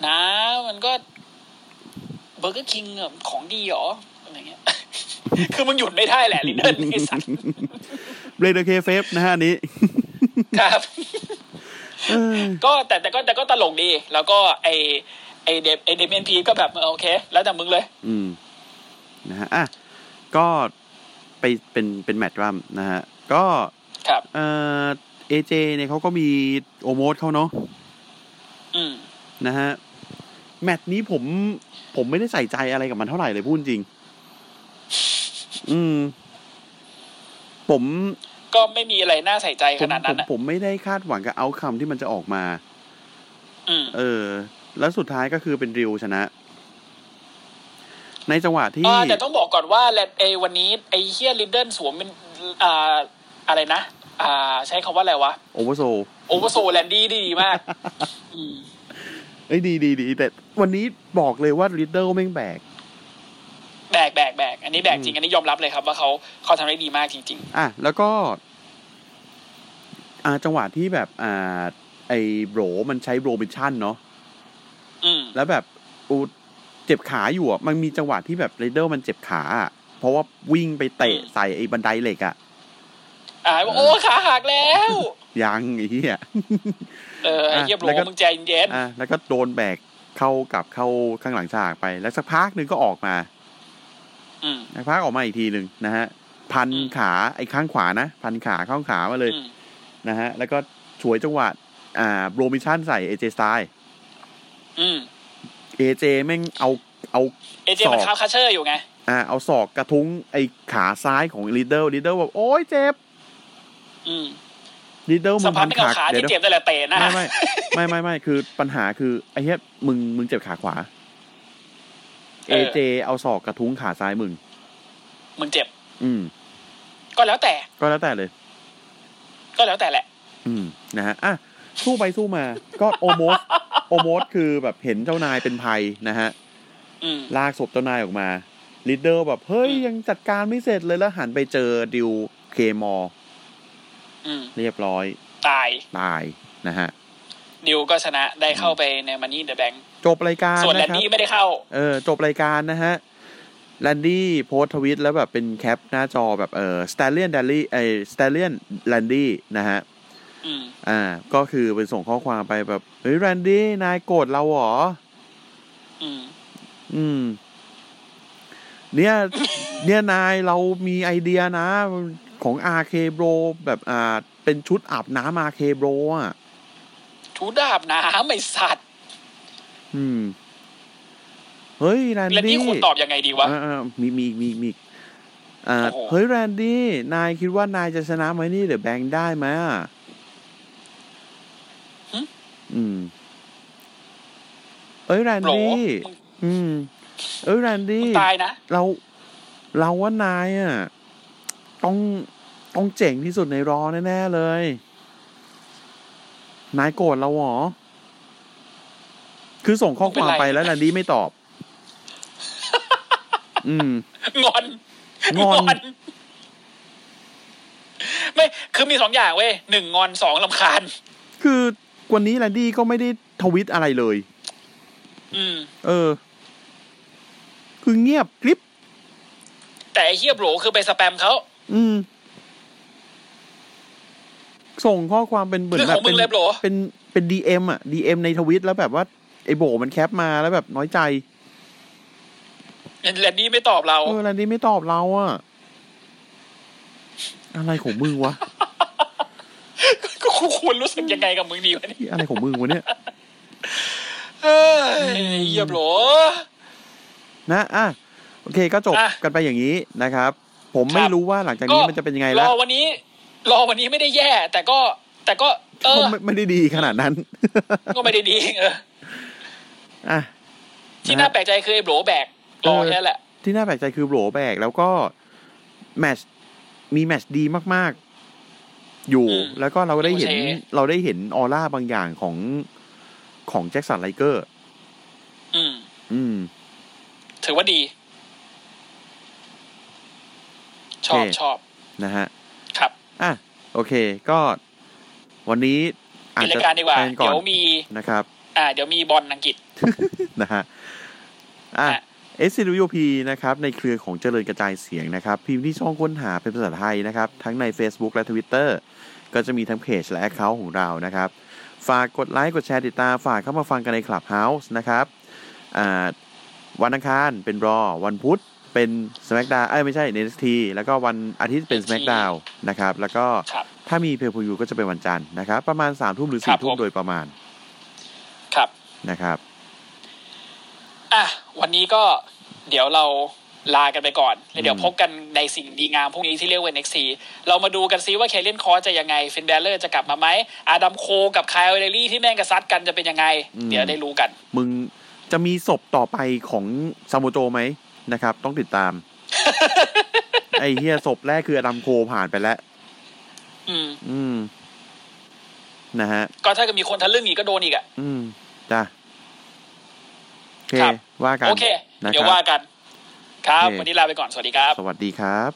นะ มันก็เบอร์เกอร์คิงของดีเหรออะไรเงี้ย คือมึงหยุดไม่ได้แหละลินเดอร์ไอสัตว์
เรเดอร์เคเฟฟนะฮะอันนี้
ครับ
เออ
ก็แต่แต่ก็แต่ก็ตลกดี แล้วก็ไอไอเดมไอเดมเอนพีก็แบบเออโอเค แล้วแต่มึงเลย
อืม นะฮะ อ่ะ ก็ไปเป็นเป็นแมตช์รัมนะฮะ ก็
ครับ
เอ่อเอเจเนี่ยเขาก็มีโอโมสเขาเนาะ
อืม
นะฮะ แมตช์นี้ผม ผมไม่ได้ใส่ใจอะไรกับมันเท่าไหร่เลยพูดจริง อืม ผม
ก็ไม่มีอะไรน่าใส่ใจ
ผ
ข
ม
นาด
ผ
นั้
ม
นอ่ะ
ผมไม่ได้คาดหวังกับเอาคำที่มันจะออกมา
อืม
เออ แล้วสุดท้ายก็คือเป็นริวชนะ ในจังหวะที่
อ่าแต่ต้องบอกก่อนว่าแลนไอวันนี้ไอเฮียลินเดนสวมเป็นอ่าอะไรนะ อ่า ใช้คำว่าอะไรวะ
โอเวอร์โซล
โอเวอร์โซแลนดี้ดี มาก อืม
เอ้ยดีดีดีแต่วันนี้บอกเลยว่าริดเดิลแม่งแบก
แบกแบกแบกอันนี้แบกจริง อันนี้ยอมรับเลยครับว่าเขาเขาทำได้ดีมากจริง
อ่ะ แล้วก็ อ่าจังหวะที่แบบอ่า ไอ้โบรมันใช้โรบินชั่นเนาะ
ๆ อืม
แล้วแบบอูเจ็บขาอยู่อ่ะ มันมีจังหวะที่แบบริดเดิลมันเจ็บขาอ่ะ เพราะว่าวิ่งไปเตะใส่ไอ้บันไดเหล็กอ่ะ
อ่าบอกโอ้ขาหักแล้ว
ยังไอ้เหี้ย
เออไอ้เยียบโล
แล้วก็
มึงใจเย็น
อ่ะแล้วก็โดนแบกเข้ากลับเข้าข้างหลังฉากไป แล้วสักพักหนึ่งก็ออกมา
อืม
นะพักออกมาอีกทีหนึ่งนะฮะ พัน
อืม
ขาไอ้ข้างขวานะ พันขาข้างขามาเลย
อืม
นะฮะ แล้วก็ฉวยจังหวะ อ่าโรมิชั่นใส่เอเจสไตล์
อืม
เอเจแม่งเอาเอา
เอเจ
สอบ
มันค้าคาเชอร์อยู่ไง
อ่าเอาศอกกระทุ้งไอ้ขาซ้ายของลีดเดอร์ลีดเดอร์บอกโอ้ยเจ็บ
อืม
ลีดเดอร์มึ
ส
ง
ภาพไม่
ทำ
เอา
ขา
ขา
เดี๋ย
ที่
ว
เจ็บแต่ละเตะนะ
ไม่ไม่ไม่ไม่ไม่คือปัญหาคือไอ้เหี้ยมึงมึงเจ็บขาขวาเอเจเอาศอกกระทุ้งขาซ้ายมึง
มึงเจ็บ
อืม
ก็แล้วแต่
ก็แล้วแต่เลย
ก็แล้วแต่แหละ
อืมนะฮะอ่ะสู้ไปสู้มา ก็โอโม สโอโมสคือแบบเห็นเจ้านายเป็นภัยนะฮะ
อืม
ลากศพเจ้านายออกมาลีดเดอร์แบบ เฮ้ย ยังจัดการไม่เสร็จเลยแล้วหันไปเจอดิวเคมอ
อืม
เรียบร้อย
ตาย
ตายนะฮะ
ดิวก็ชนะได้เข้าไปในมันนี่เดอะแบงค์
จบรายการ
ส่วนแล
นะ
น
ครับ
ดี้ไม่ได้เข้า
เออจบรายการนะฮะแลนดี้โพสต์ทวิตแล้วแบบเป็นแคปหน้าจอแบบเออสเตเลียนแดลี่ไอสเตเลียนแลนดี้นะฮะ
อืม
อ่า ก็คือเป็นส่งข้อความไปแบบ เฮ้ยแลนดี้นายโกรธเราเหรอ
อืม
อืม เนี่ย เนี่ยนายเรามีไอเดียนะของ RK Bro แบบอ่า เป็นชุดอาบน้ำ RK Bro อ่ะ
ทูดาบน้ำไม่สัตว์
อืม เฮ้ยแรน
แลน
ดี้
ดี้คุณตอบยังไงดีวะ
อ่าอ่ามีมีมีมีอ่า
โอ้โห
เฮ้ยแรนดี้ นายคิดว่านายจะชนะไหมนี่เดี๋ยวแบงค์ได้ไหมอ่ะอืม เอ้ยแรน
โหล
ดี้
มึง
อืม เอ้ยแรน
มึ
ดี้
งตายนะ
เราเราว่านายอ่ะต้องต้องเจ๋งที่สุดในรอแน่ๆเลย นายโกรธเราเหรอ คือส่งข้อความ
ไม่เป็นไร
ไปแล้วแลนดี้ไม่ตอบ อืม
งอน
งอน
ไม่ คือมีสองอย่างเว้ยหนึ่งงอนสองลำคาญ
คือวันนี้แลนดี้ก็ไม่ได้ทวิตอะไรเลย
อืม
เออ คือเงียบกริบ
แต่ไอ้เฮียโบรคือไปสแปมเขา
อืม ส่งข้อความเป็นเหมือน
เรื่อง
แบ
ข
บ
องมึ
เป็
ง
น
เลยโบร
เป็นเป็นดีเอ็มอ่ะดีเอ็มในทวิตแล้วแบบว่า ไอ้โบมันแคปมาแล้วแบบน้อยใจ
แลนดี้ไม่ตอบเรา
เออแลนดี้ไม่ตอบเราอ่ะ อะไรของมึงวะ
ก็กูควรรู้สึกยังไงกับมึงดีวะเนี่ย
อะไรของมึงวะเนี่ย
เฮ้ยเฮียโบร
นะอ่ะโอเคก็จบ
อ่ะ
กันไปอย่างนี้นะครับ ผมไม่
ครับ
รู้ว่าหลังจากนี้มันจะเป็นยังไงละ
รอวันนี้ รอวันนี้ไม่ได้แย่ แต่ก็ แต่ก็ เอ
ก็
อ
ไม่ไม่ได้ดีขนาดนั้น
ก็ไม่ได้ดีเออ
อ่ะ
ที่
นะฮะ
น่าแปลกใจคือไอ้โบรแบกรอ
เออ
แค่นั้นแหละ
ที่น่าแปลกใจคือโบแบกแล้วก็แมตชมีแมตชดีมากๆ อยู่
อืม
แล้วก็เราได้เห็น
โอเค
เราได้เห็นออร่าบางอย่างของของแจ็คสันไลเกอร์
อืม
อืม
ถือว่าดี ชอบ
โอเค
ชอบ
นะฮะ
ครับ
อ่ะ โอเค ก็วันนี้อา
ปิ
จ
ด
จะ
รายการดีกว่า
แทนก่อ
เดี๋
น
ยวมี
นะครับ
อ่า เดี๋ยวมีบอลอังกฤษ
นะฮะ อ่ะ
อ่ะ
SCWP นะครับ ในเครือของเจริญกระจายเสียงนะครับ พิมพ์ที่ช่องค้นหาเป็นภาษาไทยนะครับ ทั้งใน Facebook และ Twitter ก็จะมีทั้งเพจและแอคเคาท์ของเรานะครับ ฝากกดไลค์กดแชร์ติดตามฝากเข้ามาฟังกันใน Clubhouse นะครับอ่าวันอังคารเป็นรอวันพุธเป็น SmackDown เอ้ยไม่ใช่ NXT แล้วก็วันอาทิตย์เป็น SmackDown นะครับ แล้วก็
ครับ
ถ้ามีเพลย์พูยูก็จะเป็นวันจันทร์นะครับ ประมาณ3ามทุ่มหรือ
ครั
สี่
บ
ทุ่
ผม ม
โดยประมาณ
ครับ
นะครับ
อ่ะ วันนี้ก็เดี๋ยวเราลากันไปก่อน แล้วเดี๋ยว
อืม
พบกันในสิ่งดีงามพวกนี้ที่เรียกว่า NXT เรามาดูกันซิว่าเคเลนคอร์จะยังไง ฟินแบลเลอร์จะกลับมาไหม อาดัมโคกับคายเอเดลี่ที่แม่งกระซัดกันจะเป็นยังไง เดี๋ยวได้รู้กัน
มึงจะมีศพต่อไปของซามูโจไหมนะครับ ต้องติดตาม ไอเฮียศพแรกคืออดัมโคผ่านไปแล้ว
อืม
อืม นะฮะ
ก็ถ้าเกิดมีคนทะลึ่งอีกก็โดนอีกอ่ะ
อืม จ้ะ โอเค
ครับ
ว่ากัน
โอเค
นะ
เดี๋ยว
ครับ
ว่ากัน ครับ
โอเค
วันนี้ลาไปก่อน สวัสดีครับ
สวัสดีครับ